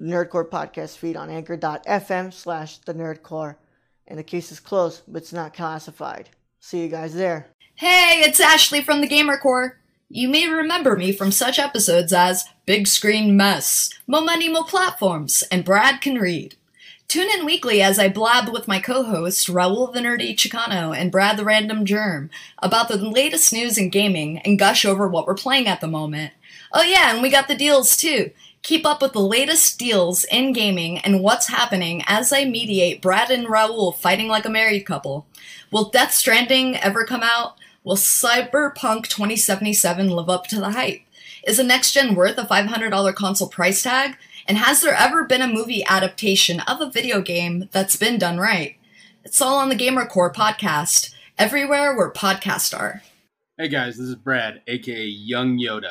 A: Nerdcore Podcast feed on anchor.fm slash the Nerdcore. And the case is closed, but it's not classified. See you guys there.
G: Hey, it's Ashley from the GamerCore. You may remember me from such episodes as Big Screen Mess, Momenimo Platforms, and Brad Can Read. Tune in weekly as I blab with my co hosts, Raul the Nerdy Chicano and Brad the Random Germ, about the latest news in gaming and gush over what we're playing at the moment. Oh, yeah, and we got the deals too. Keep up with the latest deals in gaming and what's happening as I mediate Brad and Raul fighting like a married couple. Will Death Stranding ever come out? Will Cyberpunk 2077 live up to the hype? Is the next gen worth a $500 console price tag? And has there ever been a movie adaptation of a video game that's been done right? It's all on the Gamercore podcast, everywhere where podcasts are.
H: Hey guys, this is Brad, aka Young Yoda.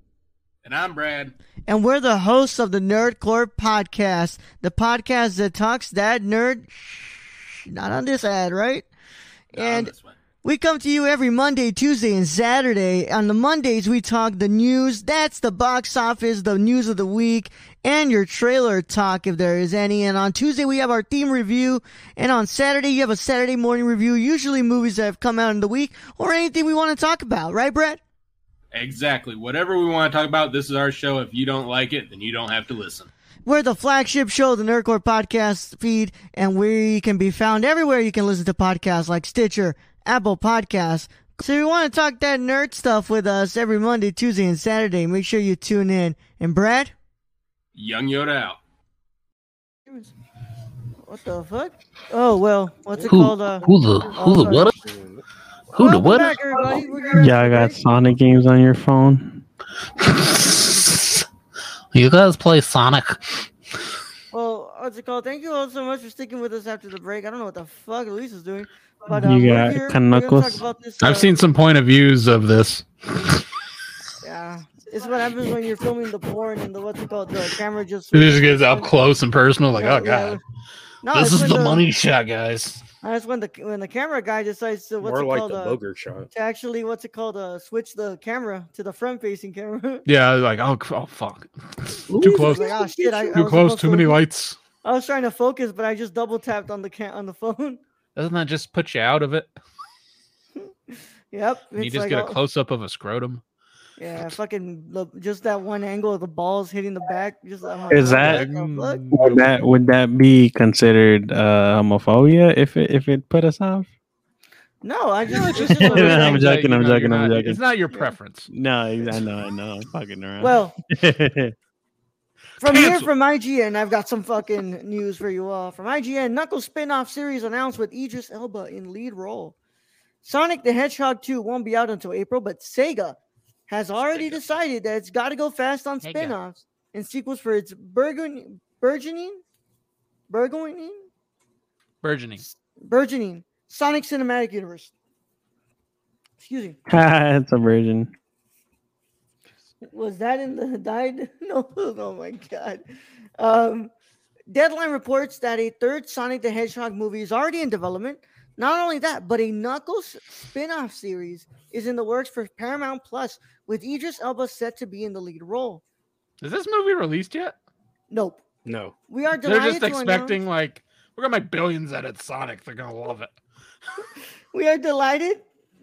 H: And I'm Brad.
A: and we're the hosts of the Nerdcore podcast, the podcast that talks that nerd. shh, Not on this ad, right? and
H: this one.
A: we come to you every Monday, Tuesday, and Saturday. On the Mondays, we talk the news. That's the box office, the news of the week, and your trailer talk if there is any. And on Tuesday, we have our theme review. And on Saturday, you have a Saturday morning review, usually movies that have come out in the week or anything we want to talk about, right, Brett?
H: Exactly. Whatever we want to talk about, this is our show. If you don't like it, then you don't have to listen.
A: We're the flagship show of the Nerdcore podcast feed, and we can be found everywhere you can listen to podcasts like Stitcher, Apple Podcasts. So if you want to talk that nerd stuff with us every Monday, Tuesday, and Saturday, make sure you tune in. And Brad?
H: Young Yoda out.
A: What the fuck? Oh, well, what's it
I: Who-
A: called? Uh,
I: Who the who the what? Who the
A: welcome
I: what?
A: Back, everybody. We're gonna-
C: Y'all got Sonic games on your phone?
I: You guys play Sonic?
A: Well, what's it called? Thank you all so much for sticking with us after the break. I don't know what the fuck Luis is doing. But, um,
C: You
A: we're
C: got
A: here- we're gonna talk
C: Canuckles?
A: about this, uh,
B: I've seen some point of views of this.
A: Yeah, it's what happens when you're filming the porn and the what's it called? The camera just.
B: It just gets up close and personal, like,
A: Yeah,
B: oh
A: yeah.
B: god,
A: No,
I: this
A: it's
I: is
A: when
I: the money shot, guys.
A: That's when the when the camera guy decides to what's
D: More
A: it
D: like
A: called?
D: the
A: uh,
D: booger shot.
A: to actually what's it called? Uh, switch the camera to the front facing camera.
B: yeah, like oh, c- oh fuck, too
A: He's
B: close,
A: like, "Ah, shit, I- I
B: too
A: was
B: close,
A: supposed
B: too
A: to-
B: many lights.
A: I was trying to focus, but I just double tapped on the can on the phone.
B: Doesn't that just put you out of it?
A: Yep.
B: And you
A: it's
B: just
A: like oh.
B: get a
A: all-
B: close up of a scrotum.
A: Yeah, fucking the, just that one angle of the balls hitting the back. Just I'm like,
C: Is
A: "What
C: that-
A: the fuck?"
B: Mm.
C: Would that would that be considered uh, homophobia if it if it put us off?
A: No, I just. it's
C: just
A: just a
C: the way
A: weird
C: that I'm
A: angle.
C: joking,
B: You
C: I'm
B: know,
C: joking,
B: you're
C: I'm
B: not-
C: joking.
B: It's not your preference.
C: No, I I know, I know. I'm fucking around.
A: Well, From
B: Cancel.
A: here, from IGN, I've got some fucking news for you all. From IGN, Knuckles spin-off series announced with Idris Elba in lead role. Sonic the Hedgehog 2 won't be out until April, but Sega has already decided that it's got to go fast on
I: Sega.
A: spin-offs and sequels for its burgeoning, burgeoning, burgeoning,
B: Burgeoning.
A: burgeoning Sonic Cinematic Universe. Excuse me.
C: it's a virgin.
A: Was that in the died? No, oh my god. Um, Deadline reports that a third Sonic the Hedgehog movie is already in development. Not only that, but a Knuckles spin-off series is in the works for Paramount Plus, with Idris Elba set to be in the lead role.
B: Is this movie released yet?
A: Nope.
D: No.
A: We are
B: They're
A: delighted
B: just
A: to
B: expecting
A: announce,
B: like we're gonna make billions at it Sonic. They're gonna love it.
A: we are delighted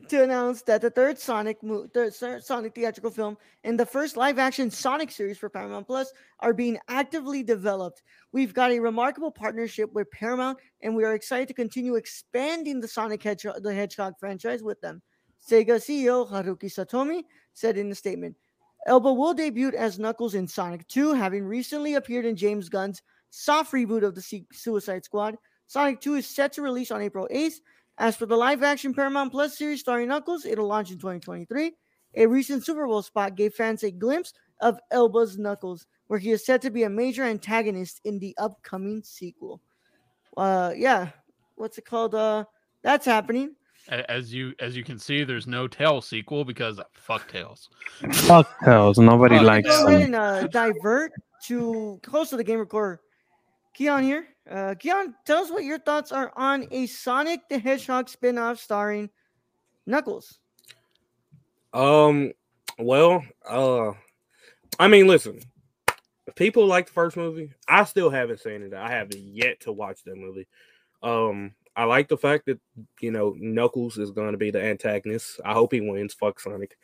A: to announce that the third Sonic mo- third Sir- Sonic theatrical film and the first live-action Sonic series for Paramount Plus are being actively developed. We've got a remarkable partnership with Paramount, and we are excited to continue expanding the Sonic Hedgehog, the Hedgehog franchise with them. Sega CEO Haruki Satomi said in a statement, Elba will debut as Knuckles in Sonic 2, having recently appeared in James Gunn's soft reboot of the Se- Suicide Squad. Sonic 2 is set to release on April 8th. As for the live action Paramount Plus series starring Knuckles, it'll launch in 2023. A recent Super Bowl spot gave fans a glimpse of Elba's Knuckles, where he is said to be a major antagonist in the upcoming sequel. Uh, yeah, what's it called? Uh, that's happening.
B: A- As you as you can see, there's no Tail sequel because fuck Tails.
C: Fuck tells. Nobody
A: Let me
C: likes
A: Go ahead and
C: them.
A: uh, divert to close to the game recorder. Keon here. Uh, Keon, tell us what your thoughts are on a Sonic the Hedgehog spin-off starring Knuckles.
D: Um, well, uh, I mean, listen, people like the first movie. I still haven't seen it. I have yet to watch that movie. Um, I like the fact that you know Knuckles is going to be the antagonist. I hope he wins. Fuck Sonic.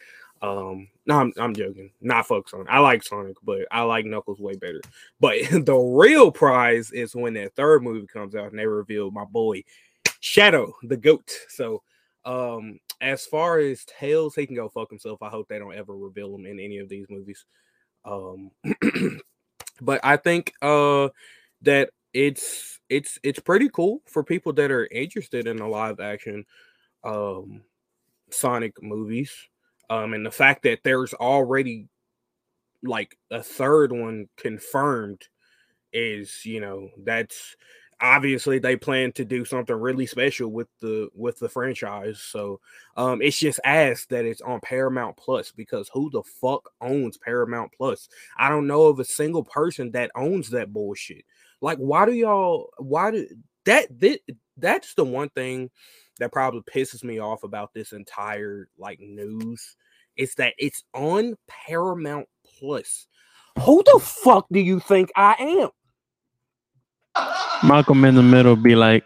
D: Um, no, I'm, I'm joking. Not fuck Sonic. I like Sonic, but I like Knuckles way better. But the real prize is when that third movie comes out and they reveal my boy Shadow, the goat. So, um, as far as Tails, he can go fuck himself. I hope they don't ever reveal him in any of these movies. Um, but I think uh that it's it's it's pretty cool for people that are interested in the live action um Sonic movies. Um, and the fact that there's already like a third one confirmed is you know that's obviously they plan to do something really special with the with the franchise so um it's just asked that it's on paramount plus because who the fuck owns paramount plus i don't know of a single person that owns that bullshit like why do y'all why do that thi- that's the one thing that probably pisses me off about this entire like news is that it's on paramount plus who the fuck do you think i am
C: Malcolm in the middle be like,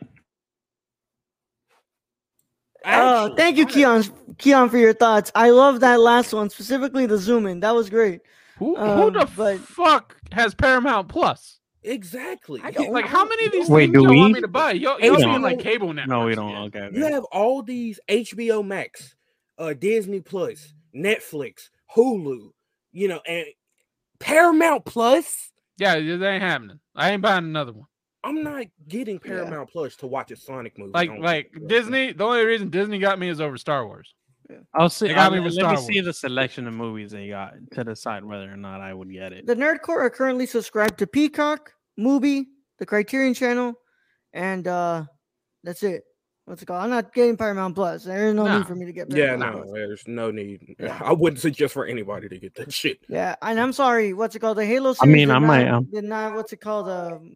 A: Oh, thank you, Keon, Keon, for your thoughts. I love that last one, specifically the zoom in. That was great.
B: Who,
A: Um,
B: who the fuck has Paramount Plus?
D: Exactly.
B: Like how many of these
C: Wait,
B: things
C: do
B: y'all want
C: we?
B: me to buy? Y'all,
C: We
B: y'all
C: don't.
B: being like cable network.
C: no, we don't. Okay.
D: You
C: okay.
D: have all these HBO Max, uh, Disney Plus, Netflix, Hulu, you know, and Paramount Plus.
B: Yeah, it ain't happening. I ain't buying another one.
D: I'm not getting Paramount Plus to watch a Sonic movie.
B: Mm. Like
D: on
B: like
D: Paramount Plus.
B: Disney. The only reason Disney got me is over Star Wars.
C: I'll see.
B: They got
C: I'll,
B: me
C: let
B: with
C: me
B: Star
C: see the selection of movies they got to decide whether or not I would get it.
A: The Nerdcore are currently subscribed to Peacock, Mubi, the Criterion Channel, and uh that's it. What's it called? I'm not getting Paramount Plus. There is no
B: Nah.
A: need for me to get
D: Yeah,
A: Paramount
D: no,
A: Plus.
D: there's no need.
A: Yeah.
D: I wouldn't suggest for anybody to get that shit.
A: Yeah, and I'm sorry. What's it called? The Halo series.
C: I mean,
A: did
C: I
A: not-
C: might, um,
A: did not. What's it called? Um,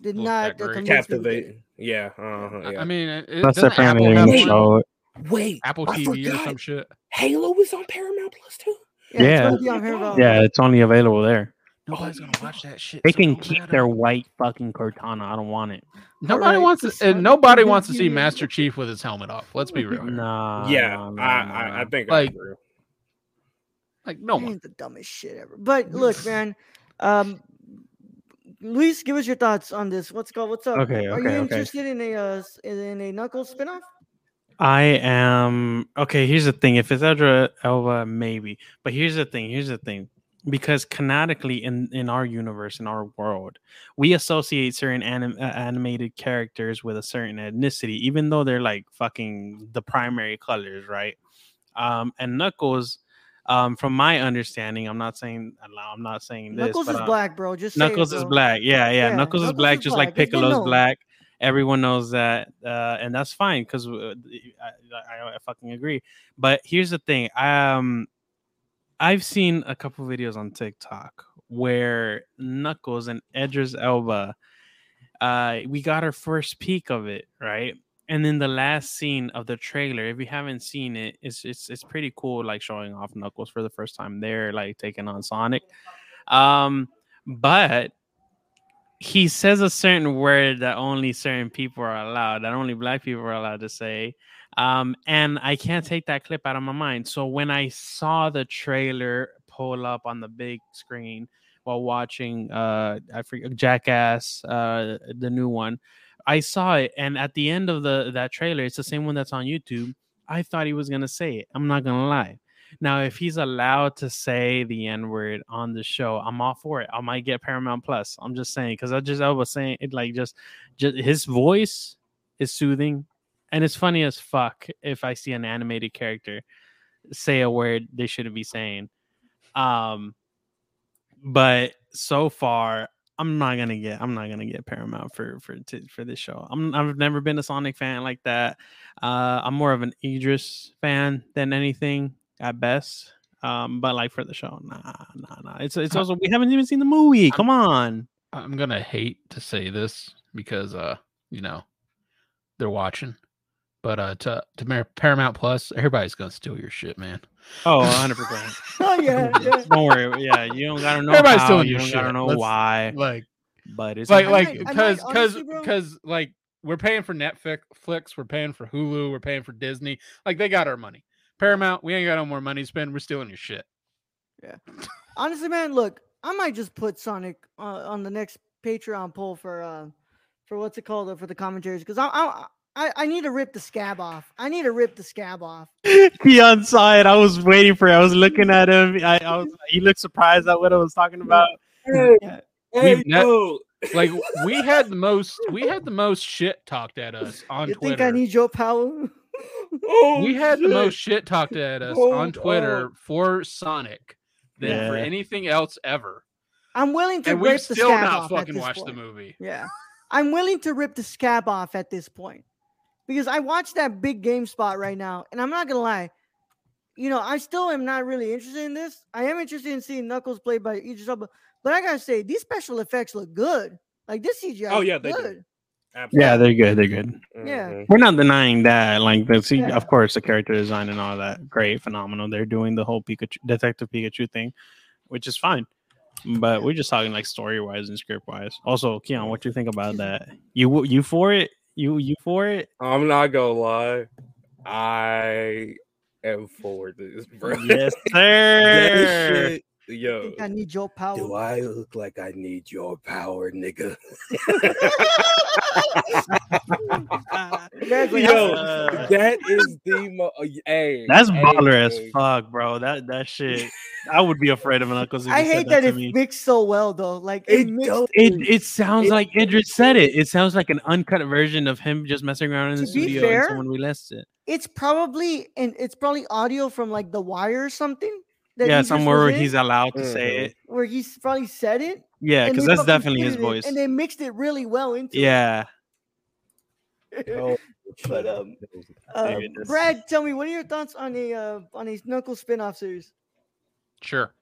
A: did
B: Look
A: not
B: that
A: uh,
B: great.
A: convince me to get it.
D: Captivating. Yeah.
C: Oh,
B: I-
D: Uh-huh,
B: I
D: yeah.
B: mean, it, it-
C: Plus, their
B: doesn't Apple
C: family ain't
B: have
C: gonna
D: one.
C: show it.
D: Wait,
B: Apple
D: I
B: TV or
D: forgot.
B: some shit.
D: Halo is on Paramount Plus too.
A: Yeah, it's gonna
C: Yeah.
A: be on Paramount
C: Yeah,
A: Plus.
C: it's only available there.
B: Nobody's
D: my
B: gonna watch that shit.
C: They
B: so it
C: can
B: don't
C: keep
B: matter.
C: their white fucking Cortana. I don't want it.
B: Nobody
A: Alright,
B: wants
A: this
B: to, and
A: one-
B: nobody wants to see Master Chief with his helmet off. Let's be real. here.
C: Nah.
D: yeah,
C: nah, nah,
D: I,
C: nah.
D: I I think
B: Like-
D: I agree.
B: Like no
A: That
B: one.
A: ain't the dumbest shit ever. But look, man. Um, Luis, give us your thoughts on this. What's it called? What's up?
C: Okay,
A: Are you
C: okay, okay.
A: interested in a uh, s- in- in a Knuckles spinoff?
C: I am okay. Here's the thing: if it's Edra Elva, maybe. But here's the thing: here's the thing, because canonically in in our universe, in our world, we associate certain anim- uh, animated characters with a certain ethnicity, even though they're like fucking the primary colors, right? Um, and Knuckles, um, from my understanding, I'm not saying I'm not saying this.
A: Knuckles
C: but,
A: is
B: uh,
C: um,
A: black, bro. Just say it,
C: Knuckles is
A: bro.
C: black. Yeah, yeah.
A: Yeah,
C: Knuckles, is
A: Knuckles
C: black,
A: is
C: just
A: black.
C: like
A: It's been
C: Piccolo's
A: known.
C: black. Everyone knows that, uh, and that's fine because I, I, I fucking agree. But here's the thing: um, I've seen a couple videos on TikTok where Knuckles and Edris Elba, uh, we got our first peek of it, right? And then the last scene of the trailer, if you haven't seen it, it's it's it's pretty cool, like showing off Knuckles for the first time there, like taking on Sonic. Um, but he says a certain word that only certain people are allowed, that only black people are allowed to say. Um, and I can't take that clip out of my mind. So when I saw the trailer pull up on the big screen while watching uh I forget Jackass, uh the new one, I saw it and at the end of the that trailer, it's the same one that's on YouTube. I thought he was gonna say it. I'm not gonna lie. Now, if he's allowed to say the N word on the show, I'm all for it. I might get Paramount Plus. I'm just saying because I just I was saying it like just, just his voice is soothing, and it's funny as fuck if I see an animated character say a word they shouldn't be saying. Um, but so far I'm not gonna get I'm not gonna get Paramount for for t- for this show. I'm I've never been a Sonic fan like that. Uh, I'm more of an Idris fan than anything at best. Um, but like for the show, nah, nah, nah. It's it's also we haven't even seen the movie. Come on.
B: I'm gonna hate to say this because uh you know they're watching, but uh to to Mar- Paramount Plus, everybody's gonna steal your shit, man.
C: Oh, 100 percent.
A: Oh yeah, yeah.
C: Don't worry. Yeah, you don't gotta know.
B: Everybody's
C: how,
B: stealing
C: you
B: your
C: don't
B: shit.
C: gotta know
B: Let's-
C: why.
B: Like
C: But it's
B: like
A: I
B: like
A: might- I might,
B: because because
A: honestly, bro-
B: because like we're paying for Netflix, we're paying for Hulu, we're paying for Disney. Like they got our money. Paramount, we ain't got no more money to spend. We're stealing your shit.
A: Honestly, man, look, I might just put Sonic uh, on the next Patreon poll for uh, for what's it called uh, for the commentaries because I, I I I need to rip the scab off. I need to rip the scab off.
C: Keon saw it. I was waiting for it. I was looking at him. I, I was he looked surprised at what I was talking about.
D: Hey,
C: Yeah.
D: hey,
B: We've net-
D: yo.
B: Like we had the most we had the most shit talked at us on
A: You
B: Twitter.
A: think I need Joe Powell?
D: Oh,
B: we had the
D: shit.
B: most shit talked at us
D: Hold
B: on Twitter for Sonic than for
C: Yeah.
B: anything else ever.
A: I'm willing to
B: And
A: rip
B: we've
A: the
B: still
A: scab
B: not
A: off at
B: fucking
A: this
B: watched the
A: point.
B: movie.
A: Yeah. I'm willing to rip the scab off at this point because I watched that big game spot right now, and I'm not gonna lie. You know, I still am not really interested in this. I am interested in seeing Knuckles played by Idris Elba, but I gotta say these special effects look good. Like this CGI.
D: Oh,
A: is
D: yeah, they do.
A: good.
C: Yeah, they're good. They're good.
D: Mm-hmm.
A: yeah.
C: We're not denying that. Like the see,
A: Yeah.
C: of course, the character design and all that, great, phenomenal. They're doing the whole Pikachu, Detective Pikachu thing, which is fine. But we're just talking like story wise and script wise. Also, Keon, what you think about that? You you for it? You you for it?
D: I'm not gonna lie. I am for this, bro.
C: Yes,
D: That
C: sir.
D: shit- Yo,
A: think I need Joe
D: do
A: Powell.
D: I look like I need your power, nigga?
A: That's like,
D: Yo,
C: Uh,
D: that is the mo- uh, hey,
C: That's
D: hey,
C: baller as
D: hey.
C: fuck, bro. That that shit. I would be afraid of an uncle's.
A: I hate that,
C: to
A: it
C: me.
A: mixed so well though. Like
D: It
A: it, mixed
D: don't-
C: It it sounds
D: It-
C: like Idris said it. It sounds like an uncut version of him just messing around in the
A: To be
C: studio
A: fair-
C: and someone released it.
A: it's probably and it's probably audio from like the wire or something. that
C: Yeah,
A: Idris
C: somewhere
A: was
C: where
A: in,
C: he's allowed to say
D: Mhm.
C: it.
A: where he's probably said it.
C: Yeah,
A: and
C: because
A: they
C: that's
A: fucking
C: definitely his
A: fitted it,
C: voice.
A: and they mixed it really well into it.
C: yeah,
D: Oh,
A: But, um, Uh,
C: dude, that's-
A: Brad, tell me what are your thoughts on a uh, on a Knuckles spin-off series?
B: Sure.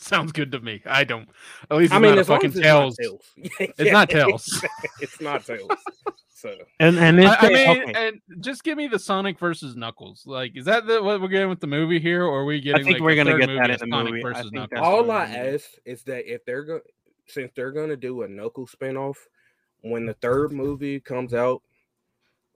B: Sounds good to me. I don't. At least it's
D: I mean,
B: not a
D: as long
B: fucking
D: as it's not
B: tails.
D: tails.
B: It's not tails.
D: it's not tails. So
C: and and if
B: I, I
C: they-
B: mean,
C: okay.
B: and just give me the Sonic versus Knuckles. Like, is that the, what we're getting with the movie here, or are we getting?
C: think
B: like,
C: we're
B: the
C: gonna
B: third
C: get that
B: movie
C: in
B: as
C: the
B: Sonic
C: movie. I
B: versus
C: think
B: Knuckles?
C: that's
D: all
C: what
D: I
C: we need.
D: ask is that if they're going, since they're going to do a knuckle spinoff, when the third movie comes out,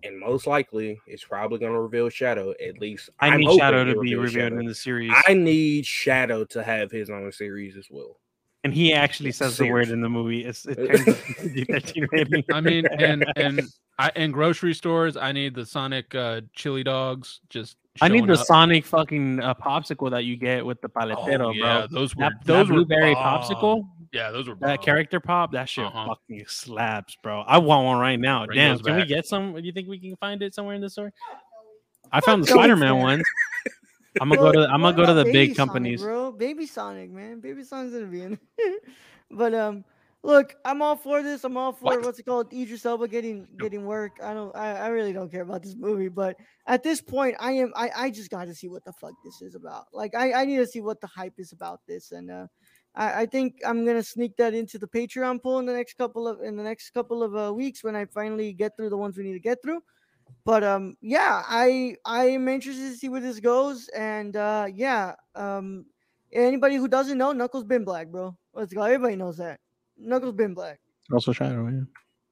D: and most likely it's probably going to reveal Shadow. At least
C: I
D: I'm
C: need
D: hoping
C: Shadow
D: they
C: to be
D: reveal
C: revealed
D: Shadow.
C: in the series,
D: I need Shadow to have his own series as well.
C: and he actually says the word
D: Serious.
C: in the movie. It's it turns out it's PG-13 rating.
B: I mean, and and I in grocery stores, I need the Sonic uh, chili dogs. Just
C: I need
B: showing
C: the
B: up.
C: Sonic fucking uh, popsicle that you get with the paletero,
B: Oh, yeah,
C: bro.
B: those were
C: That,
B: those
C: that
B: were
C: blueberry
B: bomb.
C: popsicle,
B: Yeah, those were
C: that
B: bomb.
C: character pop, that shit
B: Uh-huh.
C: fucking slaps, bro. I want one right now.
B: Bring
C: Damn,
B: those
C: can we
B: back.
C: get some? Do you think we can find it somewhere in the store? I found the
A: no, it's
C: Spider
A: there.
C: Man one. I'm gonna go
A: Bro,
C: to I'm
A: what
C: gonna go to
A: about
C: the big
A: Baby Sonic,
C: companies.
A: bro. Baby Sonic, man, Baby Sonic's gonna be in. it. but um, look, I'm all for this. I'm all for
B: What?
A: what's it called? Idris Elba getting getting work. I don't. I, I really don't care about this movie. But at this point, I am. I I just got to see what the fuck this is about. Like I I need to see what the hype is about this. And uh, I I think I'm gonna sneak that into the Patreon poll in the next couple of in the next couple of uh, weeks when I finally get through the ones we need to get through but um yeah i i am interested to see where this goes and uh yeah um anybody who doesn't know knuckles been black bro let's go everybody knows that knuckles been black
C: Also Shadow,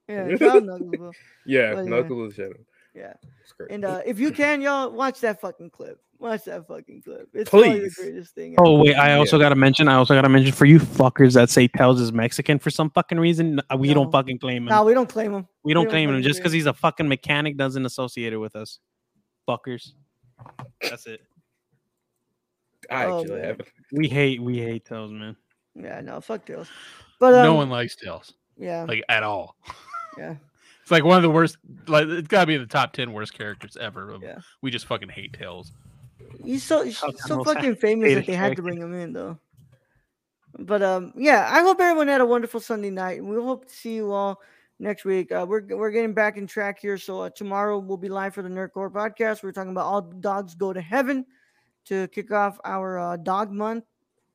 C: yeah.
A: yeah child knuckles bro
D: Yeah,
A: But, uh,
D: Knuckles is Shadow.
A: yeah
D: It's great.
A: and uh if you can y'all watch that fucking clip watch that fucking clip it's probably
D: Please.
A: the greatest thing
C: Oh
A: ever.
C: wait, I also gotta mention. I also gotta mention for you fuckers that say Tails is Mexican for some fucking reason. n- We
A: No.
C: don't fucking claim him.
A: no we don't claim him
C: we don't
A: don't
C: claim him
A: fucking
C: just
A: claim
C: because
A: him.
C: he's a fucking mechanic doesn't associate it with us. Fuckers. That's it.
D: I
A: Oh,
D: actually
A: man.
D: haven't.
C: We hate we hate those man.
A: Yeah, no, fuck Tails. But um,
B: no one likes Tails.
A: yeah.
B: Like at all.
A: Yeah.
B: It's like one of the worst like it's gotta be in the top ten worst characters ever.
A: Yeah.
B: We just fucking hate Tails.
A: He's so he's
C: Shut
A: so
C: up.
A: fucking famous
C: Beta
A: that they had to
C: check.
A: bring him in though. But um, yeah, I hope everyone had a wonderful Sunday night, and we hope to see you all next week. Uh, we're we're getting back in track here, so uh, tomorrow we'll be live for the Nerdcore podcast. We're talking about all dogs go to heaven to kick off our uh, dog month,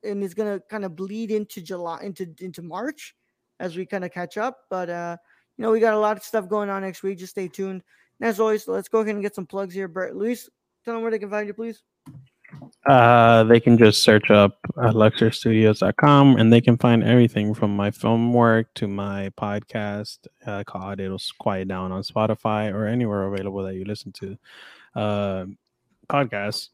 A: and it's gonna kind of bleed into July into into March as we kind of catch up. But uh, you know, we got a lot of stuff going on next week. Just stay tuned. And as always, let's go ahead and get some plugs here. Brett, Luis, tell them where they can find you, please.
C: Uh, they can just search up uh, luxorstudios.com and they can find everything from my film work to my podcast uh, called It'll Quiet Down on Spotify or anywhere available that you listen to uh, podcasts.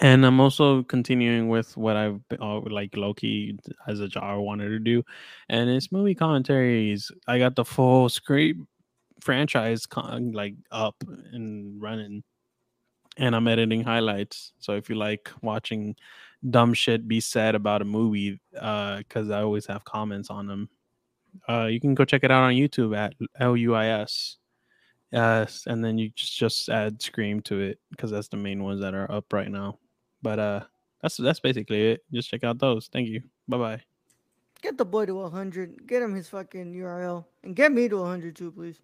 C: And I'm also continuing with what I've been, uh, like Loki as a job I wanted to do, and it's movie commentaries. I got the full script franchise con- like up and running and I'm editing highlights. So if you like watching dumb shit be said about a movie, because I always have comments on them, uh, you can go check it out on YouTube at LUIS. Uh, s- and then you just, just add Scream to it because that's the main ones that are up right now. But uh, that's that's basically it. Just check out those. Thank you. Bye bye.
A: get the boy to 100 get him his fucking url and get me to 100 too please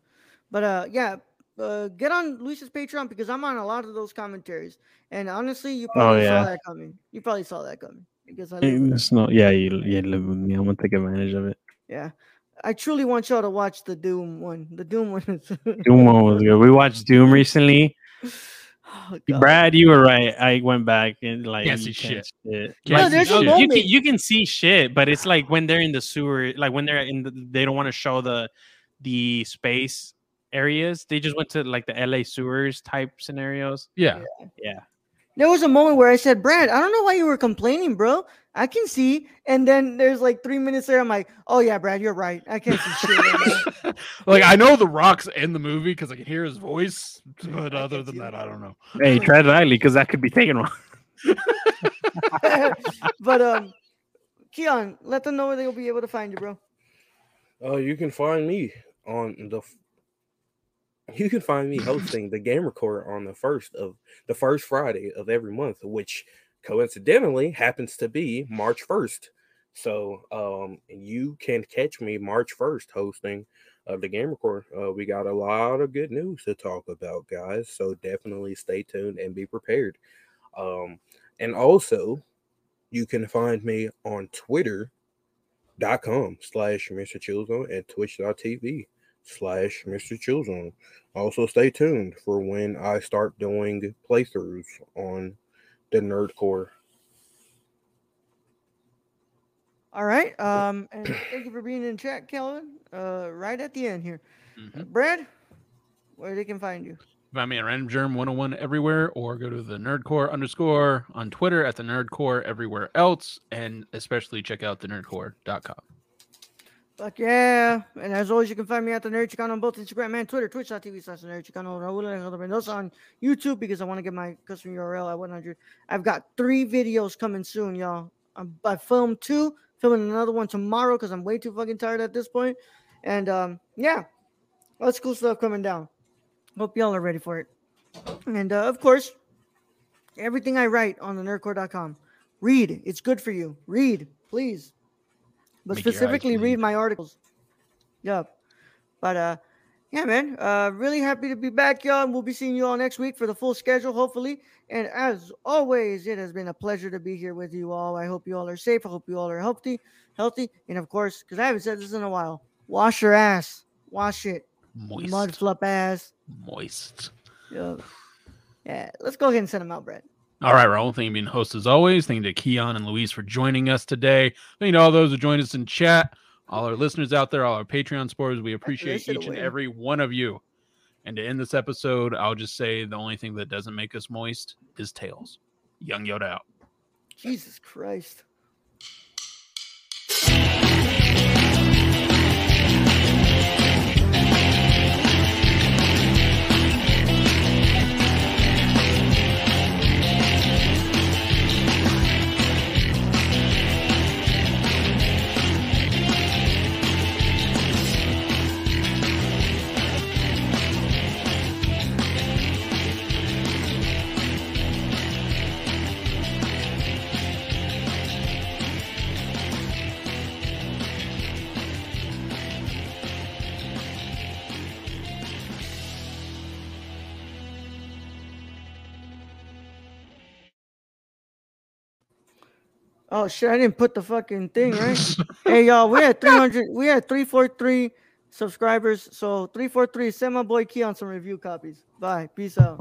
A: but uh yeah uh, get on luis's patreon because i'm on a lot of those commentaries and honestly you probably
C: Oh, yeah.
A: saw that coming you probably saw that coming because i live with
C: It's not. Yeah, you, you live with me. I'm gonna take advantage of it.
A: yeah i truly want y'all to watch the doom one the doom one is
C: Doom one was good. We watched Doom recently.
A: Oh, God.
C: Brad, you were right. I went back and like
B: Can't
C: you
B: see
C: can't shit.
B: Can't
C: Like,
B: see
C: you-
B: shit.
C: you,
A: No
C: can,
A: moment.
C: you can see shit, but it's like when they're in the sewer, like when they're in the, they don't want to show the the space areas. They just went to like the LA sewers type scenarios.
B: Yeah.
C: Yeah.
A: there was a moment where i said brad i don't know why you were complaining bro i can see and then there's like three minutes there i'm like oh yeah brad you're right i can't see shit right now."
B: like I know the rocks in the movie because I can hear his voice, but other than
A: see
B: that, I don't know.
C: Hey, try it lightly because that could be taken wrong.
A: but um, Keon, let them know where they'll be able to find you, bro.
D: Uh, you can find me on the. f- You can find me hosting the game record on the first of the first Friday of every month, which coincidentally happens to be March first. So, um, you can catch me March first hosting of the game record. Uh, we got a lot of good news to talk about, guys. So definitely stay tuned and be prepared. Um, and also, you can find me on Twitter dot com slash Mr. Chilzone and twitch.tv slash Mr. Chilzone. Also stay tuned for when I start doing playthroughs on the Nerdcore.
A: All right. Um, and thank you for being in chat, Kelvin. Uh, right at the end here,
C: Mm-hmm.
B: Mhm.
A: Brad, where they can find you.
B: Find me at Random Germ 101 everywhere, or go to the Nerdcore underscore on Twitter at the Nerdcore everywhere else, and especially check out the Nerdcore.com.
A: Fuck yeah. And as always, you can find me at the Nerd Chicano on both Instagram and Twitter, twitch.tv slash the Nerd Chicano, Raul Alejandro Mendoza on YouTube because I want to get my custom URL at 100. I've got three videos coming soon, y'all. I'm, I filmed two, filming another one tomorrow because I'm way too fucking tired at this point. And um, yeah, lots of cool stuff coming down. Hope y'all are ready for it. And uh, of course, everything I write on the nerdcore.com. Read. It's good for you. Read, please. But
B: Make your eyes
A: specifically, read
B: bleed.
A: my articles. Yep. But uh, yeah, man. Uh, really happy to be back, y'all. And we'll be seeing you all next week for the full schedule, hopefully. And as always, it has been a pleasure to be here with you all. I hope you all are safe. I hope you all are healthy, healthy, and of course, because I haven't said this in a while, wash your ass. Wash it.
B: Moist.
A: Mud flop ass.
B: Moist.
A: Yup. Yeah, let's go ahead and send them out, Brett.
B: All right, Raul, thank you for being host as always. Thank you to Keon and Louise for joining us today. Thank you to all those who joined us in chat, all our listeners out there, all our Patreon supporters. We appreciate
A: should
B: each and
A: win.
B: every one of you. And to end this episode, I'll just say the only thing that doesn't make us moist is tails. Young Yoda out.
A: Jesus Christ. Oh shit! I didn't put the fucking thing right. hey y'all, we had 300. We had 343 subscribers. So 343, send my boy Key on some review copies. Bye. Peace out.